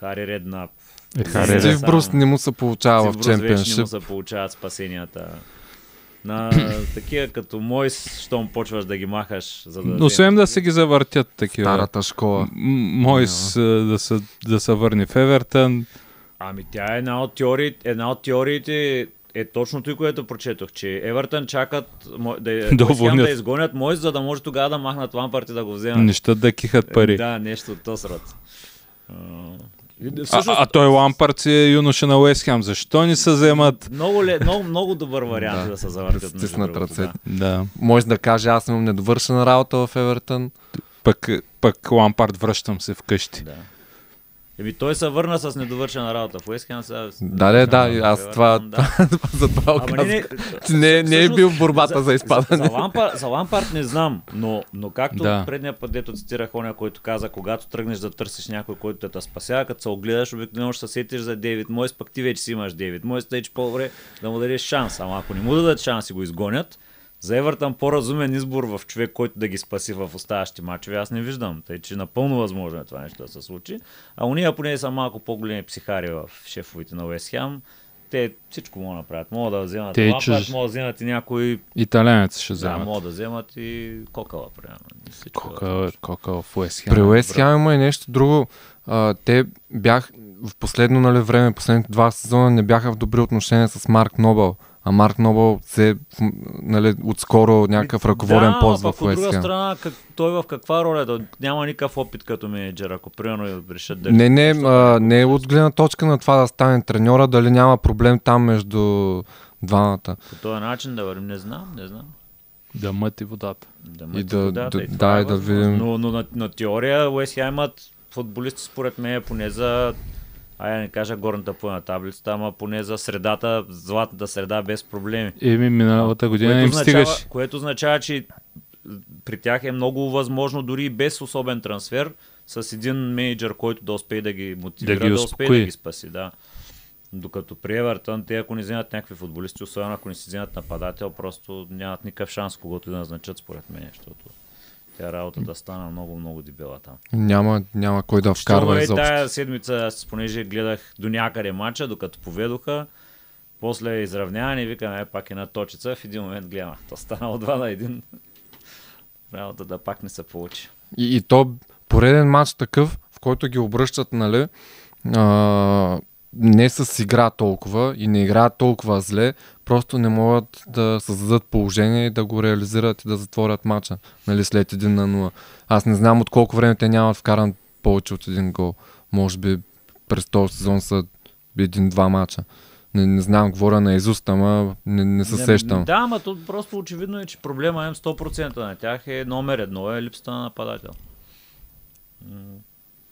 Speaker 3: Хари Реднап.
Speaker 1: Е, Хари
Speaker 3: Зизе
Speaker 2: Стив
Speaker 3: само.
Speaker 2: Брус не му се получава в
Speaker 3: Стив Брус вече не
Speaker 2: чемпионшип.
Speaker 3: му се получават спасенията. На такива като Мойс, щом почваш да ги махаш, за да...
Speaker 1: Но освен да се ги завъртят такива.
Speaker 2: Старата школа.
Speaker 1: М- Мойс а, да се, да се върне в Евертън.
Speaker 3: Ами тя е една от, теории, една от теориите е точно той, което прочетох, че Евертън чакат мо- да, да,
Speaker 1: уволнят.
Speaker 3: да изгонят Мойс, за да може тогава да махнат Лампард и да го вземат. Е,
Speaker 1: Не ще да кихат пари.
Speaker 3: Да, нещо от този род. А, и
Speaker 1: А,
Speaker 3: Всъщност,
Speaker 1: а той Лампард си е юноша на Уест Хем. Защо не се вземат?
Speaker 3: много, ле, много, много добър вариант е да, да се завъртят.
Speaker 2: да
Speaker 3: между
Speaker 2: стиснат
Speaker 3: другото,
Speaker 2: ръцете.
Speaker 1: Да.
Speaker 2: Може да каже, аз имам недовършена работа в Евертън.
Speaker 1: Пък, пък Лампард връщам се вкъщи.
Speaker 3: Да. да. Еми той се върна с недовършена работа. В Уестхем сега...
Speaker 2: Да, да, да, и
Speaker 3: Евертън,
Speaker 2: аз това,
Speaker 3: да.
Speaker 2: за това го
Speaker 3: Ама не, не,
Speaker 2: казах. Не, не е
Speaker 3: всъщност,
Speaker 2: бил в борбата за
Speaker 3: За,
Speaker 2: изпадане.
Speaker 3: за, Лампар, за Лампард не знам, но, но както
Speaker 1: Да.
Speaker 3: да. предния път, дето цитирах оня, който каза, когато тръгнеш да търсиш някой, който да те спасява, като се огледаш, обикновено ще се сетиш за Дейвид Мойс, пък ти вече си имаш Дейвид Мойс, тъй че по-добре да му дадеш шанс. Ама ако не му дадат шанс и го изгонят, за Евертън по-разумен избор в човек, който да ги спаси в оставащи мачове, аз не виждам. Тъй, че напълно възможно е това нещо да се случи. А уния поне са малко по-големи психари в шефовите на Уест Хем. Те те всичко могат да направят. Могат да вземат
Speaker 1: Те и
Speaker 3: лапът,
Speaker 1: чуж-
Speaker 3: могат да вземат и някой...
Speaker 1: Италянец ще
Speaker 3: Да,
Speaker 1: вземат.
Speaker 3: могат да вземат и кокала, примерно. И всичко.
Speaker 2: е
Speaker 1: Кока, кока в Уест Хем.
Speaker 2: При Уест
Speaker 1: добре.
Speaker 2: Хем има и нещо друго. А, те бях в последно нали, време, последните два сезона не бяха в добри отношения с Марк Нобъл. А Марк Нобъл се в м- нали, отскоро някакъв ръководен
Speaker 3: да,
Speaker 2: пост
Speaker 3: ама
Speaker 2: в
Speaker 3: пък от
Speaker 2: Уест
Speaker 3: друга
Speaker 2: Хем.
Speaker 3: страна, как, той в каква роля? е Да, няма никакъв опит като менеджер, ако примерно решат да...
Speaker 2: Не, не, а, не е от гледна точка на това да стане треньора, дали няма проблем там между двамата.
Speaker 3: По този начин да вървим, не знам, не знам.
Speaker 1: Да мъти водата.
Speaker 3: Да
Speaker 2: И
Speaker 3: мъти
Speaker 2: да-
Speaker 3: водата,
Speaker 2: да-
Speaker 3: това
Speaker 2: да,
Speaker 3: е
Speaker 2: и да
Speaker 3: възможно.
Speaker 2: видим.
Speaker 3: Но, но на, на теория Уест Хем имат футболисти, според мен, поне за... Ай, не кажа горната плана таблицата, ама поне за средата, златната среда без проблеми.
Speaker 1: Еми, миналата година им стигаш.
Speaker 3: което означава, че при тях е много възможно дори и без особен трансфер, с един менеджер, който да успее да ги мотивира,
Speaker 1: Да
Speaker 3: да,
Speaker 1: ги
Speaker 3: успее
Speaker 1: успокои.
Speaker 3: да ги спаси. Да. Докато при Евертън, те ако не вземат някакви футболисти, особено ако не си вземат нападател, просто нямат никакъв шанс когото и да назначат, според мен, защото тя работата стана много, много дебела там.
Speaker 2: Няма, няма кой да
Speaker 3: Щом
Speaker 2: вкарва
Speaker 3: е
Speaker 2: изобщо.
Speaker 3: Тая седмица, аз понеже гледах до някъде матча, докато поведоха, после изравняване, викаме, е, пак една точица, в един момент гледам, а, то стана от 2 на 1. Работата пак не се получи.
Speaker 2: И, и то пореден матч такъв, в който ги обръщат, нали, а, не с игра толкова и не играят толкова зле, просто не могат да създадат положение и да го реализират и да затворят матча, нали, след 1 на 0. Аз не знам от колко време те нямат вкаран повече от един гол. Може би през този сезон са един-два матча. Не, не знам, говоря на изуст, ама не, не се сещам.
Speaker 3: Не, Ами, да, ама то просто очевидно е, че проблема е 100% на тях е номер едно е липсата на нападател.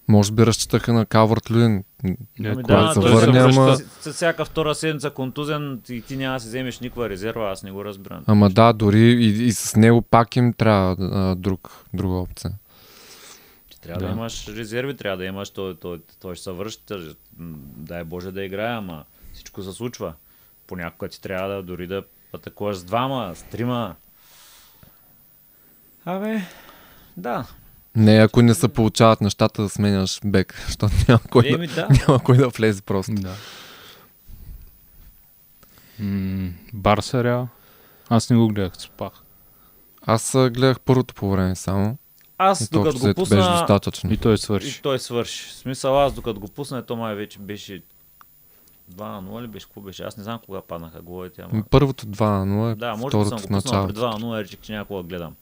Speaker 2: Може би разчитаха на Калварт Люин.
Speaker 3: Ами
Speaker 1: Е,
Speaker 2: да,
Speaker 1: когато
Speaker 2: се
Speaker 1: той
Speaker 2: върне,
Speaker 1: връща-
Speaker 2: ама-
Speaker 3: с, с, всяка втора седмица контузен и ти няма да си вземеш никаква резерва, аз не го разбирам.
Speaker 2: Ама да, дори и, и с него пак им трябва а, друг, друга опция.
Speaker 3: Ти трябва да.
Speaker 1: Да.
Speaker 3: да имаш резерви, трябва да имаш, той, той, той ще се върши, тъж- м, дай Боже да играе, ама всичко се случва. Понякога ти трябва да дори да атакуваш с двама, с трима. Абе, да.
Speaker 2: Не, ако не се получават нещата, да сменяш бек, защото няма кой, да,
Speaker 3: Еми да.
Speaker 2: няма кой да влезе просто.
Speaker 1: Да. М, Барса Реал. Аз не го гледах, спах.
Speaker 2: Аз а, гледах първото по време само.
Speaker 3: Аз
Speaker 2: И то
Speaker 3: докато
Speaker 2: общо
Speaker 3: го
Speaker 2: взето беше
Speaker 3: пусна,
Speaker 2: достатъчно.
Speaker 1: И той
Speaker 3: и
Speaker 1: свърши.
Speaker 3: той свърши. В смисъл аз докато го пусна, то май вече беше 2 на 0 ли беше, какво беше? Аз не знам кога паднаха головете, ама...
Speaker 2: Първото 2 на 0,
Speaker 3: Да, може да съм
Speaker 2: второто
Speaker 3: го
Speaker 2: в
Speaker 3: пуснал при
Speaker 2: началото.
Speaker 3: 2 на 0, речих, че някога гледам.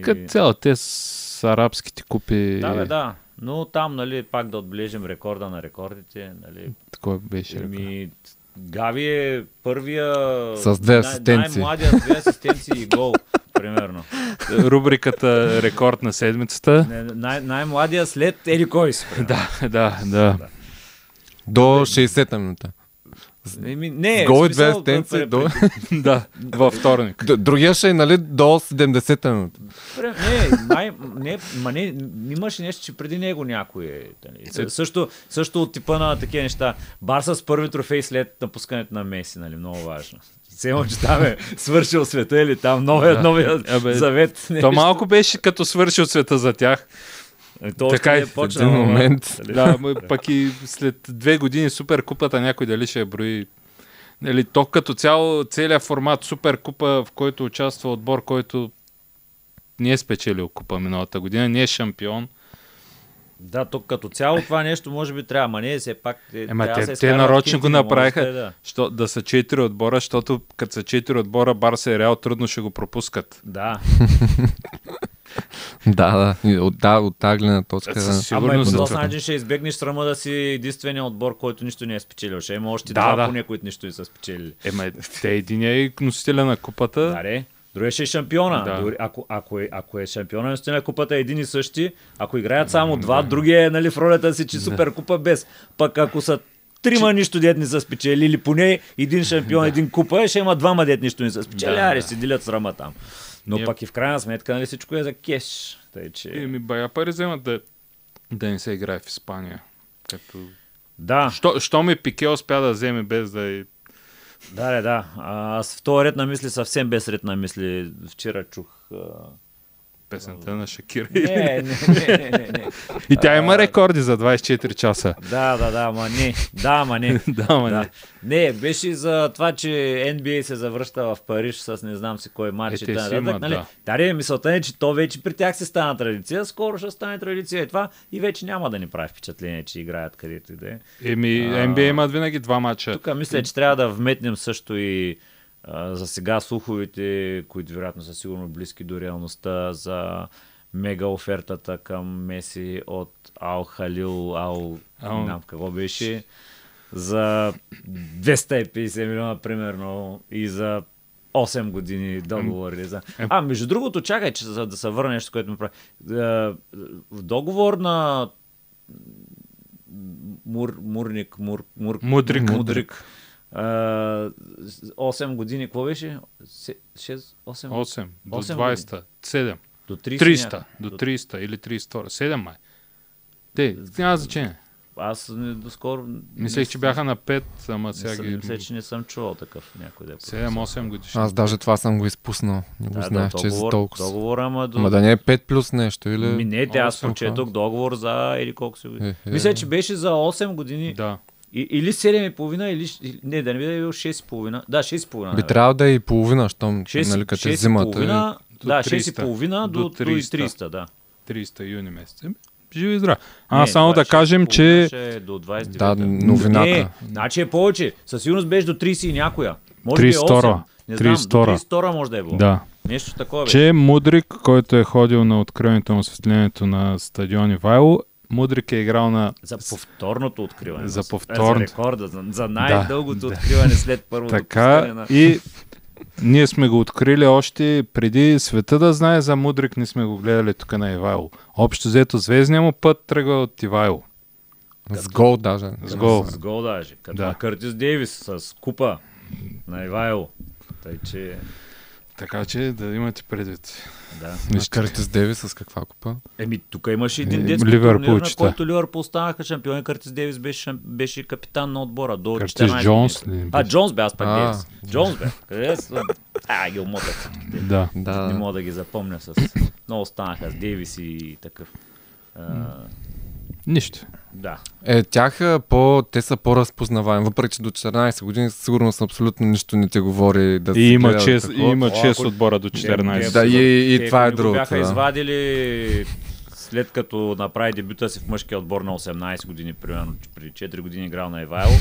Speaker 1: Като цяло, Е, те с арабските
Speaker 2: Е,
Speaker 1: купи,
Speaker 3: Да, бе, да. Но там, нали, пак да отбележим рекорда на рекордите, нали.
Speaker 1: такова беше. рекорд.
Speaker 3: Ми, Гави е първия...
Speaker 2: С две асистенции.
Speaker 3: Най- младия с две асистенции и гол, примерно.
Speaker 1: Рубриката рекорд на седмицата.
Speaker 3: Не, Най- най-младия след Еди Койс.
Speaker 1: Да, да, да.
Speaker 2: До 60-та минута.
Speaker 3: Еми, не,
Speaker 2: Гол и
Speaker 3: в смисъл,
Speaker 2: две асистенции.
Speaker 3: пр-
Speaker 2: До...
Speaker 3: пр-
Speaker 1: Да, във вторник.
Speaker 2: Д- Другия ще е, нали, до 70-та минута.
Speaker 3: пр- Не, май, не, ма не, имаше нещо, че преди него някой е. Нали. С- Също, също от типа на такива неща. Барса с първи трофей след напускането на Меси, нали, много важно. Сема, че там е свършил света или там новия,
Speaker 1: Да.
Speaker 3: новия
Speaker 1: Абе,
Speaker 3: завет. Не,
Speaker 1: То малко беше като свърши от света за тях.
Speaker 3: То още
Speaker 1: така
Speaker 3: не
Speaker 1: е,
Speaker 3: е
Speaker 1: в
Speaker 3: почнал.
Speaker 2: един
Speaker 3: ама- нали.
Speaker 2: момент.
Speaker 3: Дали?
Speaker 1: Да, ма пък и след две години суперкупата някой дали ще я брои. Нали, то като цяло, целият формат суперкупа, в който участва отбор, който не е спечелил купа миналата година, не е шампион.
Speaker 3: Да, то като цяло това нещо може би трябва, ма не, все пак е,
Speaker 1: Ема
Speaker 3: трябва да се
Speaker 1: те, те
Speaker 3: изкарват
Speaker 1: нарочно го
Speaker 3: кинти, не може
Speaker 1: направиха
Speaker 3: те Да,
Speaker 1: що, да са четири отбора, защото като са четири отбора, Барса и Реал трудно ще го пропускат.
Speaker 3: да.
Speaker 2: Да, да. И От, да, от тази гледна точка.
Speaker 1: Със
Speaker 2: да.
Speaker 3: Ама
Speaker 1: сигурност
Speaker 3: и по
Speaker 1: за
Speaker 3: този
Speaker 1: това.
Speaker 3: начин ще избегнеш срама да си единствения отбор, който нищо не е спечелил. Ще има още
Speaker 1: Да,
Speaker 3: два
Speaker 1: да.
Speaker 3: поне, които нищо не са спечелили.
Speaker 1: Ема, те един е носителя на купата.
Speaker 3: Да, де. Другия ще е шампиона.
Speaker 1: Да.
Speaker 3: Дори, ако, ако, е, ако е шампиона, наистина купата е един и същи. Ако играят само два, другия е нали, в ролята си, че супер купа без. Пък ако са трима нищо дет не са спечели, или поне един шампион, един купа, ще има двама дет нищо не са спечели,
Speaker 1: Да,
Speaker 3: аре,
Speaker 1: да.
Speaker 3: ще си делят срама там. Но
Speaker 1: Ние-
Speaker 3: пък и в крайна сметка, нали, всичко е за кеш. Тъй, че...
Speaker 1: Еми, бая пари вземат да, да не се играе в Испания. Като...
Speaker 3: Да,
Speaker 1: Що, що ми Пике успя да вземе без да е...
Speaker 3: да, да, да. А, Аз в този ред на мисли, съвсем без ред на мисли, вчера чух а,
Speaker 1: песента на Шакира.
Speaker 3: Не, не, не, не, не, не.
Speaker 1: И тя има рекорди за 24 часа.
Speaker 3: Да, да, да, ма не. Да, ма не.
Speaker 1: Да, ма
Speaker 3: Да.
Speaker 1: не.
Speaker 3: Не, беше за това, че NBA се завръща в Париж с не знам си кой матч
Speaker 1: Е,
Speaker 3: и
Speaker 1: те
Speaker 3: така
Speaker 1: си
Speaker 3: нататък.
Speaker 1: имат,
Speaker 3: Нали?
Speaker 1: да.
Speaker 3: Даре, мисълта е, че то вече при тях се стана традиция, скоро ще стане традиция и това и вече няма да ни прави впечатление, че играят където и да е.
Speaker 1: Еми, NBA имат винаги два мача.
Speaker 3: Тук е мисля, че трябва да вметнем също и а, за сега слуховете, които вероятно са сигурно близки до реалността, за мега офертата към Меси от Ал Халил, Ал...
Speaker 1: Ал-
Speaker 3: Не знам какво беше. За 250 милиона, примерно, и за 8 години договор. или За... А, между другото, чакай, че за да се върна нещо, което ми прави. Е, В договор на Мур, Мурник, Мур, Мур,
Speaker 1: Мудрик.
Speaker 3: Мудрик. А, 8 години, какво беше? 6, 8,
Speaker 1: 8 до
Speaker 3: 20.
Speaker 1: 20, 7,
Speaker 3: До 30.
Speaker 1: 300,
Speaker 3: ня-
Speaker 1: до 300 или 32, 7 май. Те, няма значение.
Speaker 3: Аз не, доскоро...
Speaker 1: Мислех, че бяха на 5, ама сега
Speaker 3: сега
Speaker 1: ги...
Speaker 3: Мисля, че не съм чувал такъв някой да е.
Speaker 1: 7-8 годишни.
Speaker 2: Аз даже това съм го изпуснал. Не го
Speaker 3: Да, да,
Speaker 2: знаех, че е за
Speaker 3: договор-
Speaker 2: толкова.
Speaker 3: Договор, ама до...
Speaker 2: Ма да не е 5 плюс нещо или...
Speaker 3: Ми не, те, аз
Speaker 2: Осем,
Speaker 3: прочетох договор за или колко си години.
Speaker 2: Е, е.
Speaker 3: Мисля, че беше за 8 години.
Speaker 1: Да.
Speaker 3: И, или 7,5, или... щ- или- Не, да не би да е бил 6,5. Да, 6,5.
Speaker 2: Би трябвало да е и половина, щом,
Speaker 3: 6,
Speaker 2: нали, като е зимата. и-
Speaker 1: до
Speaker 3: да,
Speaker 1: 300.
Speaker 3: 6,5 до,
Speaker 1: До
Speaker 3: до
Speaker 1: 300.
Speaker 3: 300, да.
Speaker 1: 300 юни месец. Еми, Живи и здрави. А, само
Speaker 3: това
Speaker 1: да
Speaker 3: е 6,5,
Speaker 1: кажем, че...
Speaker 3: ще е до 29.
Speaker 2: Да, новината.
Speaker 3: Не, значи е повече. Със сигурност беше до 30 и някоя. Може би е
Speaker 1: 32.
Speaker 3: 8. Не знам,
Speaker 1: 32.
Speaker 3: до 32 може да е било.
Speaker 1: Да.
Speaker 3: Нещо такова беше.
Speaker 1: Че Мудрик, който е ходил на откриването на осветлението на стадион Ивайло, Мудрик е играл на...
Speaker 3: За повторното откриване.
Speaker 1: За
Speaker 3: Е,
Speaker 1: повторното.
Speaker 3: За рекорда, за, за най-дългото откриване след първото
Speaker 1: Така
Speaker 3: пускане на...
Speaker 1: и ние сме го открили още преди света да знае за Мудрик, ние сме го гледали тук на Ивайло. Общо взето звездния му път тръгва от Ивайло.
Speaker 2: С гол даже.
Speaker 1: С гол.
Speaker 3: С гол даже. Като
Speaker 1: Да.
Speaker 3: да. Къртис Дейвис с купа на Ивайло. Тъй, че...
Speaker 1: Така че да имате предвид.
Speaker 3: Да.
Speaker 2: Виж Къртис Деви с каква купа?
Speaker 3: Еми, тук имаше един
Speaker 1: Е,
Speaker 3: детски
Speaker 1: Ливърпул
Speaker 3: турнир, на
Speaker 1: чета.
Speaker 3: който Ливърпул станаха шампион и Къртис Дейвис беше, шам- беше капитан на отбора до
Speaker 1: Къртис
Speaker 3: 14 години.
Speaker 1: Джонс ли
Speaker 3: А,
Speaker 1: беше?
Speaker 3: Джонс бе, аз пак
Speaker 2: А.
Speaker 3: Дейвис. Джонс бе. Къде са? А, ги омотах.
Speaker 1: Да.
Speaker 2: Да.
Speaker 3: Не мога да ги запомня с... Много станаха с Дейвис и такъв. А,
Speaker 1: Нищо.
Speaker 3: да.
Speaker 2: Е, тях а, по, те са по-разпознаваеми, въпреки че до 14 години сигурно с абсолютно нищо не те говори да се
Speaker 1: И има
Speaker 2: гледа
Speaker 1: 6,
Speaker 2: такова.
Speaker 1: има
Speaker 3: О,
Speaker 1: 6
Speaker 3: ако-
Speaker 1: отбора до 14.
Speaker 2: Да, и- и
Speaker 3: те,
Speaker 2: това е
Speaker 3: ако не го
Speaker 2: другото,
Speaker 3: бяха
Speaker 2: да.
Speaker 3: извадили след като направи дебюта си в мъжкия отбор на 18 години, примерно че при 4 години играл на Ивайло,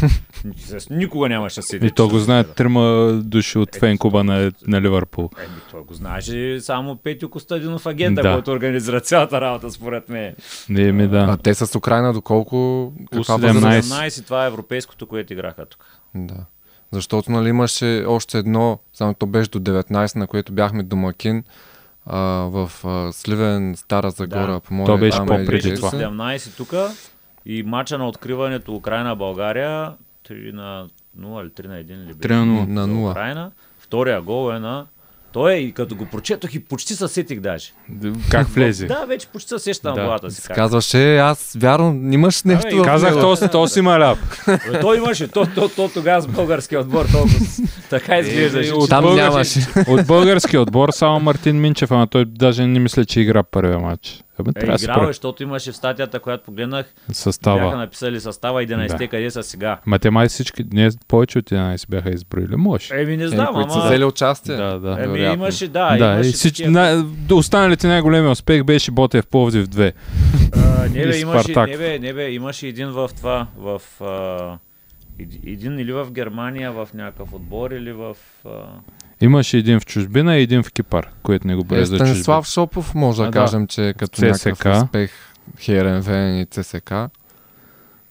Speaker 3: с- никога нямаше да седи.
Speaker 1: И то го знаят
Speaker 3: Да.
Speaker 1: трима души от фенкуба на, на Ливърпул.
Speaker 3: Еми, той го знаеше само Петю Костадинов агента,
Speaker 1: Да.
Speaker 3: който организира цялата работа, според мен.
Speaker 1: Не, Е, ми
Speaker 2: А
Speaker 1: да.
Speaker 2: те са с Украина доколко? Каква
Speaker 1: 17.
Speaker 2: възраст?
Speaker 3: 17, това е европейското, което играха тук.
Speaker 2: Да. Защото нали, имаше още едно, само то беше до 19, на което бяхме домакин а, в а, Сливен, Стара Загора,
Speaker 3: Да.
Speaker 2: по-моему.
Speaker 1: То беше
Speaker 2: там е
Speaker 1: по-преди
Speaker 3: Беше
Speaker 2: Джейсън.
Speaker 1: това.
Speaker 3: 17 тук и мача на откриването Украина-България 3 на 0 или 3 на 1 ли беше?
Speaker 1: 3 на 0.
Speaker 2: На
Speaker 3: за
Speaker 2: 0.
Speaker 3: Украина. Втория гол е на... Той е, и като го прочетох и почти се сетих даже.
Speaker 1: Как влезе?
Speaker 3: Да, вече почти се сещам
Speaker 1: Да.
Speaker 3: на главата си. Как.
Speaker 2: Казваше, аз вярно, имаш нещо.
Speaker 3: Абе,
Speaker 2: в
Speaker 1: Казах,
Speaker 2: него.
Speaker 1: то, то си маляп.
Speaker 3: Бе, Е, Той имаше, то, то, то тогава с българския отбор толкова с-
Speaker 1: Е,
Speaker 3: така изглеждаше. че-
Speaker 1: от
Speaker 2: Там
Speaker 1: българи-
Speaker 2: нямаше.
Speaker 1: От българския отбор само Мартин Минчев, ама той даже не мисля, че игра първия матч. Абе,
Speaker 3: Е,
Speaker 1: трябва да
Speaker 3: играл е,
Speaker 1: спре
Speaker 3: защото имаше в статията, която погледнах, бяха
Speaker 1: състава.
Speaker 3: написали състава 11-те,
Speaker 1: Да.
Speaker 3: къде са сега.
Speaker 1: Ма те май всички, не, повече от 11 бяха изброили. Може.
Speaker 3: Еми не
Speaker 2: Е,
Speaker 3: знам,
Speaker 2: които са
Speaker 3: ама...
Speaker 2: взели участие.
Speaker 1: Да, да.
Speaker 3: Еми
Speaker 2: вероятно.
Speaker 3: имаше, да,
Speaker 1: да,
Speaker 3: имаше
Speaker 1: и всички,
Speaker 3: такива.
Speaker 1: най- до останалите най-големия успех беше Ботев Пловдив 2.
Speaker 3: А, не, бе,
Speaker 1: И
Speaker 3: имаше,
Speaker 1: Спартак.
Speaker 3: не, бе, не бе, имаше един в това, в... А, еди- един или в Германия, в някакъв отбор, или в... А,
Speaker 1: Имаше един в чужбина и един в Кипар, който не го
Speaker 2: Е,
Speaker 1: бе за чужбина.
Speaker 2: Станислав Шопов може
Speaker 1: значи- А,
Speaker 2: да
Speaker 1: да.
Speaker 2: кажем, че е като
Speaker 1: ЦСКА.
Speaker 2: някакъв успех Херенвен и ЦСК.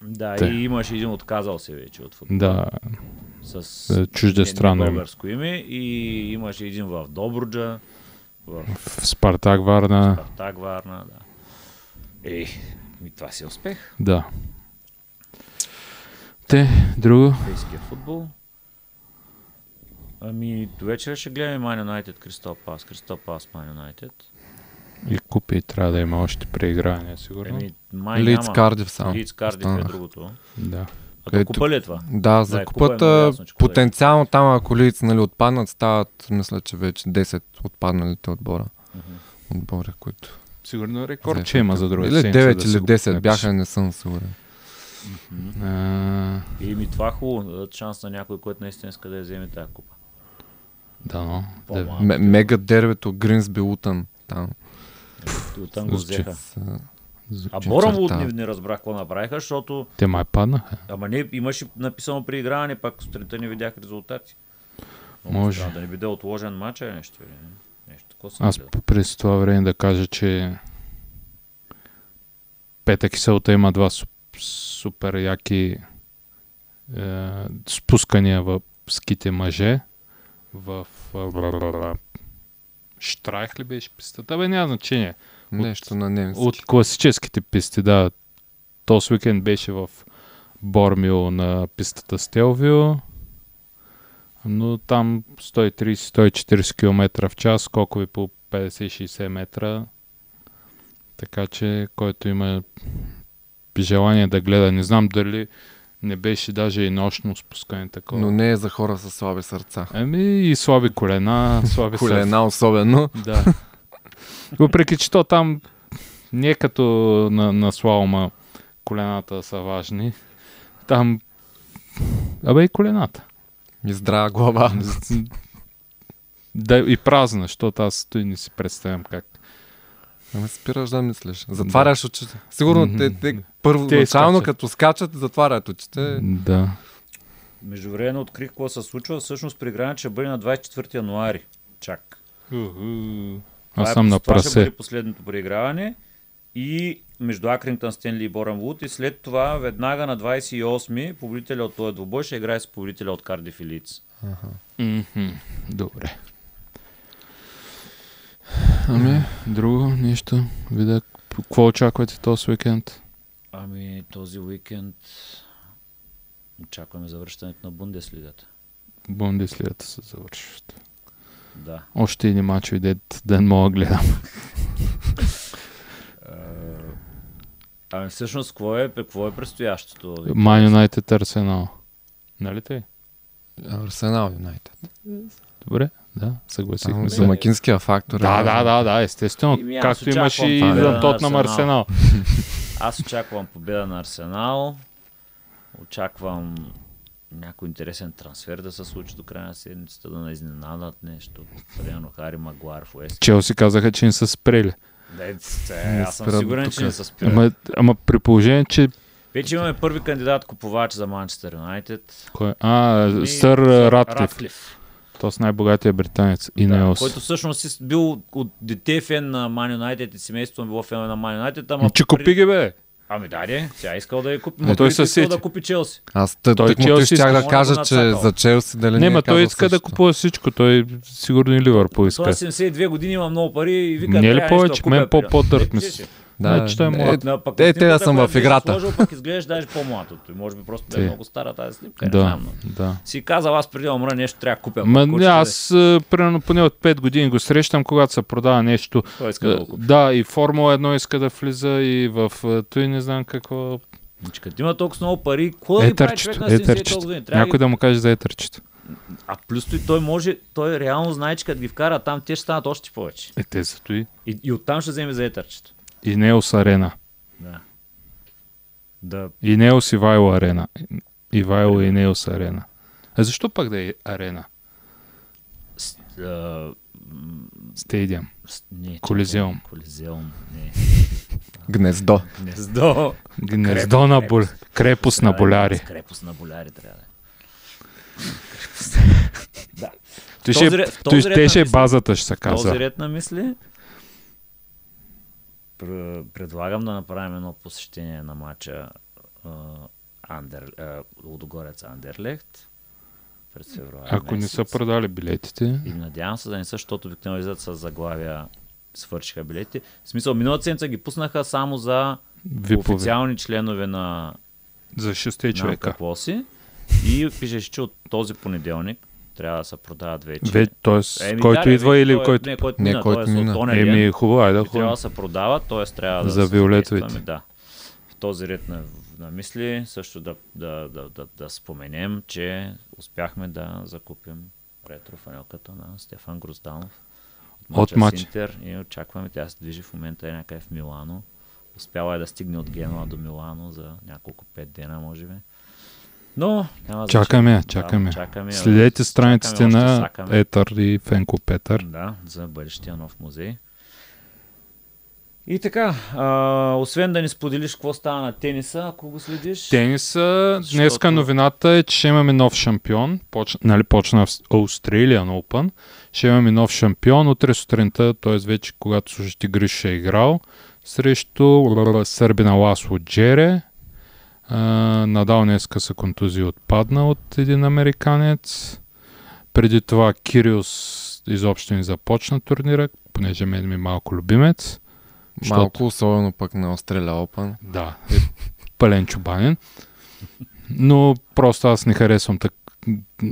Speaker 3: да,
Speaker 1: Те.
Speaker 3: и имаше един отказал се вече от футбол.
Speaker 1: Да,
Speaker 3: С
Speaker 1: е, чуждестранно
Speaker 3: не- не
Speaker 1: име.
Speaker 3: българско име. И имаше един в Добруджа, в
Speaker 1: В Спартак Варна,
Speaker 3: Спартак Варна, да. Ей, ми това си е успех.
Speaker 1: да. Те, друго.
Speaker 3: Европейския футбол. Ами, до вечера ще гледаме Ман Юнайтед, Кристал Пас, Кристал Пас, Ман Юнайтед.
Speaker 1: И купи трябва да има още преиграние, сигурно.
Speaker 3: Еми, Ами, май
Speaker 2: Лидс
Speaker 3: няма.
Speaker 2: Кардив само.
Speaker 3: Лидс Кардиф е
Speaker 2: Останаха.
Speaker 3: другото.
Speaker 1: Да.
Speaker 2: Където-
Speaker 3: А Където... купа ли е това?
Speaker 2: Да, за
Speaker 3: е, купа е много
Speaker 2: купата
Speaker 3: ясно, че купа е.
Speaker 2: потенциално там, ако лиц нали, отпаднат, стават, мисля, че вече 10 отпадналите отбора. отбора, които.
Speaker 1: Сигурно рекорд,
Speaker 2: Взеха
Speaker 1: че има за друга
Speaker 2: Или
Speaker 1: седмица
Speaker 2: 9
Speaker 1: да
Speaker 2: или
Speaker 1: си го
Speaker 2: 10 бяха,
Speaker 1: напишем.
Speaker 2: не съм сигурен.
Speaker 1: А,
Speaker 3: И ми това е хубаво, да дадат шанс на някой, който наистина иска да я вземе тази купа.
Speaker 1: да, но. Да,
Speaker 3: По-малко.
Speaker 2: М- мега дербето Гринсби Утън. Там.
Speaker 3: И оттам го
Speaker 1: звучи.
Speaker 3: взеха.
Speaker 1: звучи.
Speaker 3: А Боромло
Speaker 2: черта.
Speaker 3: не, не разбрах какво направиха, защото
Speaker 1: Те май паднаха.
Speaker 3: Ама не, имаше написано при играване, пак сутринта не видях резултати.
Speaker 1: Може.
Speaker 3: странно, Да не биде отложен матч или нещо. Или... не? Нещо такова съм
Speaker 1: Аз
Speaker 3: гледал.
Speaker 1: през това време да кажа, че петък и селта има два суп- супер яки е, спускания в ските мъже в а, Штрайх ли беше пистата? Бе, няма значение.
Speaker 2: Нещо на немски.
Speaker 1: От класическите писти, да. Този уикенд беше в Бормио на пистата Стелвио. Но там 130-140 км в час, скокове по 50-60 метра. Така че, който има желание да гледа, не знам дали не беше даже и нощно спускане такова.
Speaker 2: Но не е за хора с слаби сърца.
Speaker 1: Ами и слаби колена, слаби сърце.
Speaker 2: Колена особено.
Speaker 1: Да. Въпреки, че то там не е като на, на слалма колената са важни. Там... Абе и колената.
Speaker 2: И здрава глава.
Speaker 1: Да, и празна, защото аз той не си представям как.
Speaker 2: Ами спираш да мислиш. Затваряш очите. Сигурно те, те
Speaker 1: изкачат.
Speaker 2: първоначално като скачат, затварят очите.
Speaker 1: Да.
Speaker 3: Между време открих какво се случва. Всъщност при игране ще бъде на 24 януари. Чак.
Speaker 1: Аз
Speaker 3: Това е-
Speaker 1: съм на
Speaker 3: Това ще
Speaker 1: прасе.
Speaker 3: бъде последното преиграване. И между Акрингтън, Стенли и Борън Вуд. И след това, веднага на 28-ми, победителя от този двубой ще играе с победителя от Кардиф и Лиц.
Speaker 1: Мгм. Добре. Ами, друго нещо? Видя, какво очаквате този уикенд?
Speaker 3: Ами, този уикенд очакваме завръщането на Бундеслигата.
Speaker 1: Бундеслигата се завършват.
Speaker 3: Да.
Speaker 1: Още един матч, дед ден мога гледам.
Speaker 3: Ами всъщност, какво е, какво е предстоящото?
Speaker 1: Ман Юнайтед Арсенал. Нали те?
Speaker 2: Арсенал Юнайтед.
Speaker 1: Добре, да, съгласихме
Speaker 2: Там
Speaker 1: се.
Speaker 2: домакинския фактор. е
Speaker 1: Да,
Speaker 2: важен.
Speaker 1: да, да, да, естествено.
Speaker 3: Ими аз
Speaker 1: Както
Speaker 3: очаквам
Speaker 1: имаше и
Speaker 3: това, да,
Speaker 1: на Тотнам
Speaker 3: Арсенал.
Speaker 1: Арсенал.
Speaker 3: Аз очаквам победа на Арсенал. Очаквам някой интересен трансфер да се случи до края на седмицата, да не изненадат нещо. Примерно Хари Магуар в Уест.
Speaker 1: Челси казаха, че не са спрели.
Speaker 3: Да, е, е, аз съм
Speaker 2: спират до
Speaker 3: сигурен, че
Speaker 2: тука.
Speaker 3: не се спира.
Speaker 1: Ама, ама при положение, че...
Speaker 3: Вече имаме първи кандидат купувач за Манчестър Юнайтед.
Speaker 1: Кой? А,
Speaker 3: И
Speaker 1: Сър
Speaker 3: Ами, сър
Speaker 1: Ратлиф. То с най-богатия британец. И
Speaker 3: Да,
Speaker 1: Неос.
Speaker 3: който всъщност си бил от дете фен на Ман Юнайтед и семейството му било фен на Ман Юнайтед, ама...
Speaker 1: Че купи ги, бе!
Speaker 3: Ами даде, тя искал да я купи.
Speaker 1: Но
Speaker 3: Ма
Speaker 1: той
Speaker 3: той е
Speaker 1: се
Speaker 3: искал
Speaker 1: сети.
Speaker 3: да купи Челси.
Speaker 2: Аз тъ,
Speaker 1: Той
Speaker 2: той му
Speaker 1: Челси
Speaker 2: ти щях
Speaker 1: иска-
Speaker 2: да кажа,
Speaker 3: Моля го
Speaker 2: че
Speaker 3: нацакал.
Speaker 2: за Челси дали не,
Speaker 3: Нали,
Speaker 1: Не,
Speaker 2: е
Speaker 1: ма той
Speaker 2: казал
Speaker 1: иска да
Speaker 2: същото.
Speaker 1: купува всичко. Той сигурно и Ливърпул иска.
Speaker 3: Той 72 години има много пари и вика...
Speaker 1: Не е ли
Speaker 3: трябва нещо
Speaker 1: повече?
Speaker 3: да купя,
Speaker 1: Мен по-
Speaker 3: бе.
Speaker 1: по-дърт ми
Speaker 3: Е,
Speaker 1: се.
Speaker 3: ти си.
Speaker 2: Да,
Speaker 1: Значи той е
Speaker 2: е,
Speaker 1: млад.
Speaker 3: На, пък
Speaker 2: Те-
Speaker 3: от
Speaker 2: те да
Speaker 3: снимката,
Speaker 2: съм в
Speaker 3: която беше
Speaker 2: играта.
Speaker 3: Сложил, пък изглеждаш даже по-млад от той. Може би просто да е
Speaker 1: Те.
Speaker 3: много стара тази снимка. не
Speaker 1: Да,
Speaker 3: знам, но
Speaker 1: да.
Speaker 3: Си казал, аз преди да умра нещо трябва да е? купя.
Speaker 1: Ма,
Speaker 3: Кучето,
Speaker 1: аз, а, примерно, поне от 5 години го срещам, когато се продава нещо.
Speaker 3: бе. Той иска да го
Speaker 1: Е,
Speaker 3: купи.
Speaker 1: Да, и Формула 1 иска да влиза, и в е, той не знам какво. Е,
Speaker 3: Че Като има толкова много пари, кой да ги прави човек
Speaker 1: Етърчето,
Speaker 3: на 70
Speaker 1: етърчето.
Speaker 3: години? Трябва да ги
Speaker 1: е, Някой да му каже за етърчето.
Speaker 3: А плюс той, той може, той е реално знае, че като ги вкара там, те ще станат още повече.
Speaker 1: Е, те са той.
Speaker 3: И, и оттам ще вземе за е етърчето.
Speaker 1: И Неос Арена.
Speaker 3: Да. Да.
Speaker 1: И Неос и Вайло Арена. И Вайло и Неос Арена. А защо пак да е Арена?
Speaker 3: С, а,
Speaker 1: Стадиум.
Speaker 3: с, не, чакай.
Speaker 1: Колизеум.
Speaker 3: Колизеум. Не.
Speaker 2: Гнездо.
Speaker 3: Гнездо.
Speaker 1: Гнездо на бол... Крепост на боляри.
Speaker 3: Крепост на боляри трябва да е.
Speaker 1: Той
Speaker 3: този
Speaker 1: ще-
Speaker 3: ред- в
Speaker 1: той
Speaker 3: този ред на
Speaker 1: ще е
Speaker 3: мисли.
Speaker 1: базата, ще се
Speaker 3: Този
Speaker 1: казва.
Speaker 3: ред на мисли. пр- Предлагам да направим едно посещение на матча а, Андер, а, Лудогорец Андерлехт през февруари.
Speaker 1: Ако не
Speaker 3: месец.
Speaker 1: са продали билетите.
Speaker 3: И надявам се да не са, защото обикновено излизат с заглавия свършиха билети. В смисъл, миналата седмица ги пуснаха само за
Speaker 1: Випове.
Speaker 3: официални членове на
Speaker 1: За 6
Speaker 3: на
Speaker 1: човека.
Speaker 3: какво си. И пишеше, че от този понеделник трябва да се продават вече.
Speaker 1: Ве, тоест,
Speaker 3: Е,
Speaker 1: който
Speaker 3: да,
Speaker 1: идва
Speaker 3: бе,
Speaker 1: или
Speaker 3: той-
Speaker 1: който...
Speaker 3: Не, който
Speaker 2: Не,
Speaker 3: мина, е
Speaker 2: който
Speaker 3: който мина.
Speaker 2: мина.
Speaker 3: От онзи ден.
Speaker 1: Еми, хубаво, айде,
Speaker 3: И трябва
Speaker 1: хубаво.
Speaker 3: да се продава, т.е. трябва да
Speaker 1: За
Speaker 3: се
Speaker 1: виолетовите.
Speaker 3: задействаме, Да. В този ред на, на мисли също да, да, да, да, да споменем, че успяхме да закупим ретро фанелката на Стефан Грузданов.
Speaker 1: От
Speaker 3: матча
Speaker 1: матч.
Speaker 3: с Интер. И очакваме, тя се движи в момента е някъде в Милано. Успяла е да стигне от Генуа до Милано за няколко пет дена, може би. Но няма значение.
Speaker 1: Чакаме, я,
Speaker 3: Да,
Speaker 1: чакаме. я.
Speaker 3: чакаме. я,
Speaker 1: Следете
Speaker 3: да.
Speaker 1: страниците
Speaker 3: Чакаме, още
Speaker 1: на
Speaker 3: сакаме.
Speaker 1: Етър и Фенко Петър.
Speaker 3: Да, за бъдещия нов музей. И така, а, освен да ни споделиш какво става на тениса, ако го следиш.
Speaker 1: Тениса,
Speaker 3: Защото-
Speaker 1: днеска новината е, че ще имаме нов шампион. Поч... Нали, почна в Australian Open. Ще имаме нов шампион. Утре сутринта, т.е. вече когато слушате Гриш ще е играл, срещу сърбина Ласло Джере. А, Надал днеска са контузии отпадна от един американец. Преди това Кириус изобщо не започна турнира, понеже мен ми е малко любимец. Защото-
Speaker 2: Малко, особено пък на Australia Open.
Speaker 1: да. Е пълен чубанен. Но просто аз не харесвам так...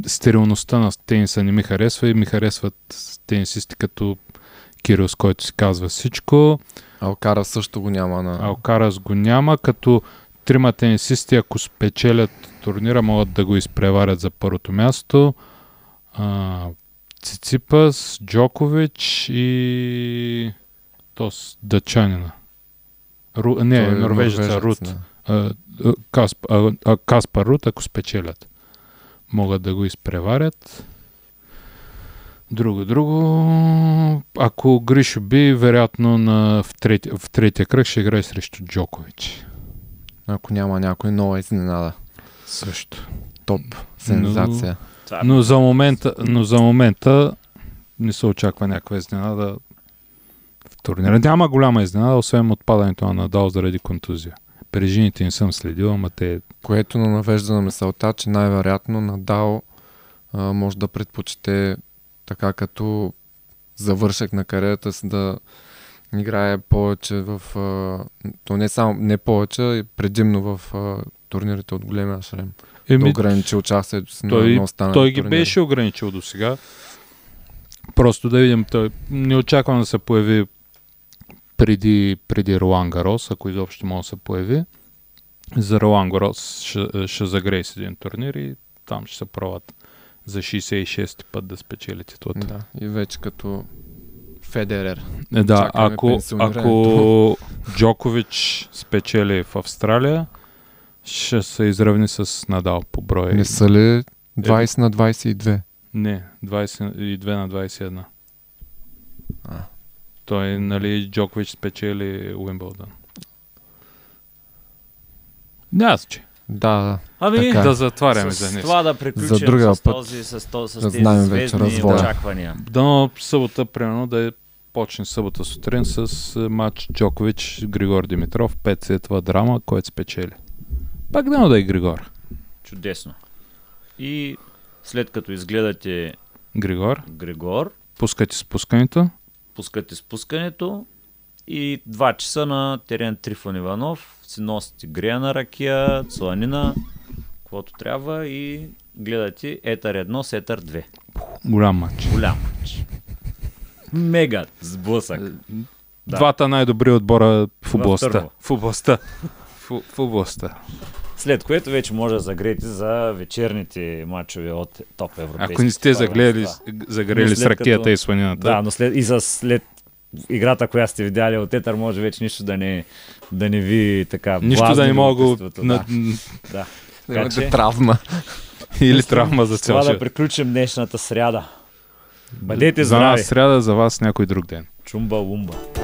Speaker 1: стерилността на тениса не ми харесва и ми харесват тенисисти като Кирилс, който си казва всичко.
Speaker 2: Алкара също го няма на...
Speaker 1: Алкарас го няма, като трима тенисисти, ако спечелят турнира, могат да го изпреварят за първото място. А, Циципас, Джокович и Тос Дъчанина. Ру... Не,
Speaker 2: Той е
Speaker 1: норвежеца Рут.
Speaker 2: да.
Speaker 1: А, а, Касп, а, а, Каспар Рут, ако спечелят. Могат да го изпреварят. Друго, друго. Ако Гришо би, вероятно на, в, трети, в третия кръг ще играе срещу Джокович.
Speaker 2: Ако няма някой, нова изненада.
Speaker 1: Също.
Speaker 2: Топ. Сензация.
Speaker 3: Това е
Speaker 1: Но за момента, но за момента не се очаква някаква изненада в турнира. Няма голяма изненада, освен отпадането на Надал заради контузия. При жените не съм следил, ама те...
Speaker 2: Което на навежда на мисълта, че най-вероятно Надал а, може да предпочете така като завършък на кариерата си да играе повече в... А, то не само, не повече, и предимно в а, турнирите от големия шрем. Да
Speaker 1: Еми,
Speaker 2: ограничи участието си
Speaker 1: Ами, той-
Speaker 2: на, на останалите
Speaker 1: Той ги
Speaker 2: турнири.
Speaker 1: беше ограничил до сега. Просто да видим, той не очаквам да се появи преди, преди Ролан Гарос, ако изобщо може да се появи. За Ролан Гарос ще, ще загрее с един турнир и там ще се правят за 66 път да спечели титлата.
Speaker 2: Да, и вече като Федерер.
Speaker 1: Е, да,
Speaker 2: Чакаме
Speaker 1: ако,
Speaker 2: пенсионирането.
Speaker 1: ако Джокович спечели в Австралия, ще се изравни с Надал по брой.
Speaker 2: Не са ли 20 на 22?
Speaker 1: Не, 22 на 21.
Speaker 2: А.
Speaker 1: Той, нали, Джокович спечели Уимбълдън. Не, аз че.
Speaker 2: Да, да.
Speaker 3: Ами,
Speaker 2: Така.
Speaker 1: Да затваряме
Speaker 3: с
Speaker 1: за днес.
Speaker 3: това да приключим
Speaker 2: За другия
Speaker 3: с,
Speaker 2: път.
Speaker 3: този, с, то,
Speaker 2: Да
Speaker 3: с тези
Speaker 2: знаем вече
Speaker 3: звездни
Speaker 2: развоя.
Speaker 3: очаквания.
Speaker 1: Дано събота, примерно, да е- почне събота сутрин с е, матч Джокович Григор Димитров. 5 сетва драма, който спечели. Пак дано да е Григор.
Speaker 3: Чудесно. И след като изгледате
Speaker 1: Григор,
Speaker 3: Григор,
Speaker 1: пускате спускането.
Speaker 3: пускате спускането и 2 часа на терен Трифон Иванов си носите греяна ракия, сланина, каквото трябва и гледате Етър 1 с Етър 2.
Speaker 1: Голям матч.
Speaker 3: Голям матч. Мега сблъсък. Да.
Speaker 1: Двата най-добри отбора в областта.
Speaker 3: Търново.
Speaker 1: В областта. В, в областта.
Speaker 3: След което вече може да загреете за вечерните матчове от топ европейски.
Speaker 1: Ако не сте загледали, загрели
Speaker 3: Но
Speaker 1: с
Speaker 3: след
Speaker 1: ракията
Speaker 3: като-
Speaker 1: и сланината.
Speaker 3: Да, но след, и за след играта, която сте видяли от Етър, може вече нищо да не, да не ви така
Speaker 1: Нищо да
Speaker 3: блазни
Speaker 1: не мога го...
Speaker 3: любопитството,
Speaker 1: На...
Speaker 3: Да. да.
Speaker 2: Да
Speaker 3: Така,
Speaker 2: имате
Speaker 3: че,
Speaker 2: травма.
Speaker 1: Или травма за
Speaker 3: с това
Speaker 1: цял
Speaker 3: да
Speaker 1: живот.
Speaker 3: приключим днешната сряда. Бъдете
Speaker 1: За нас
Speaker 3: здрави!
Speaker 1: сряда, за вас някой друг ден.
Speaker 3: Чумба-лумба!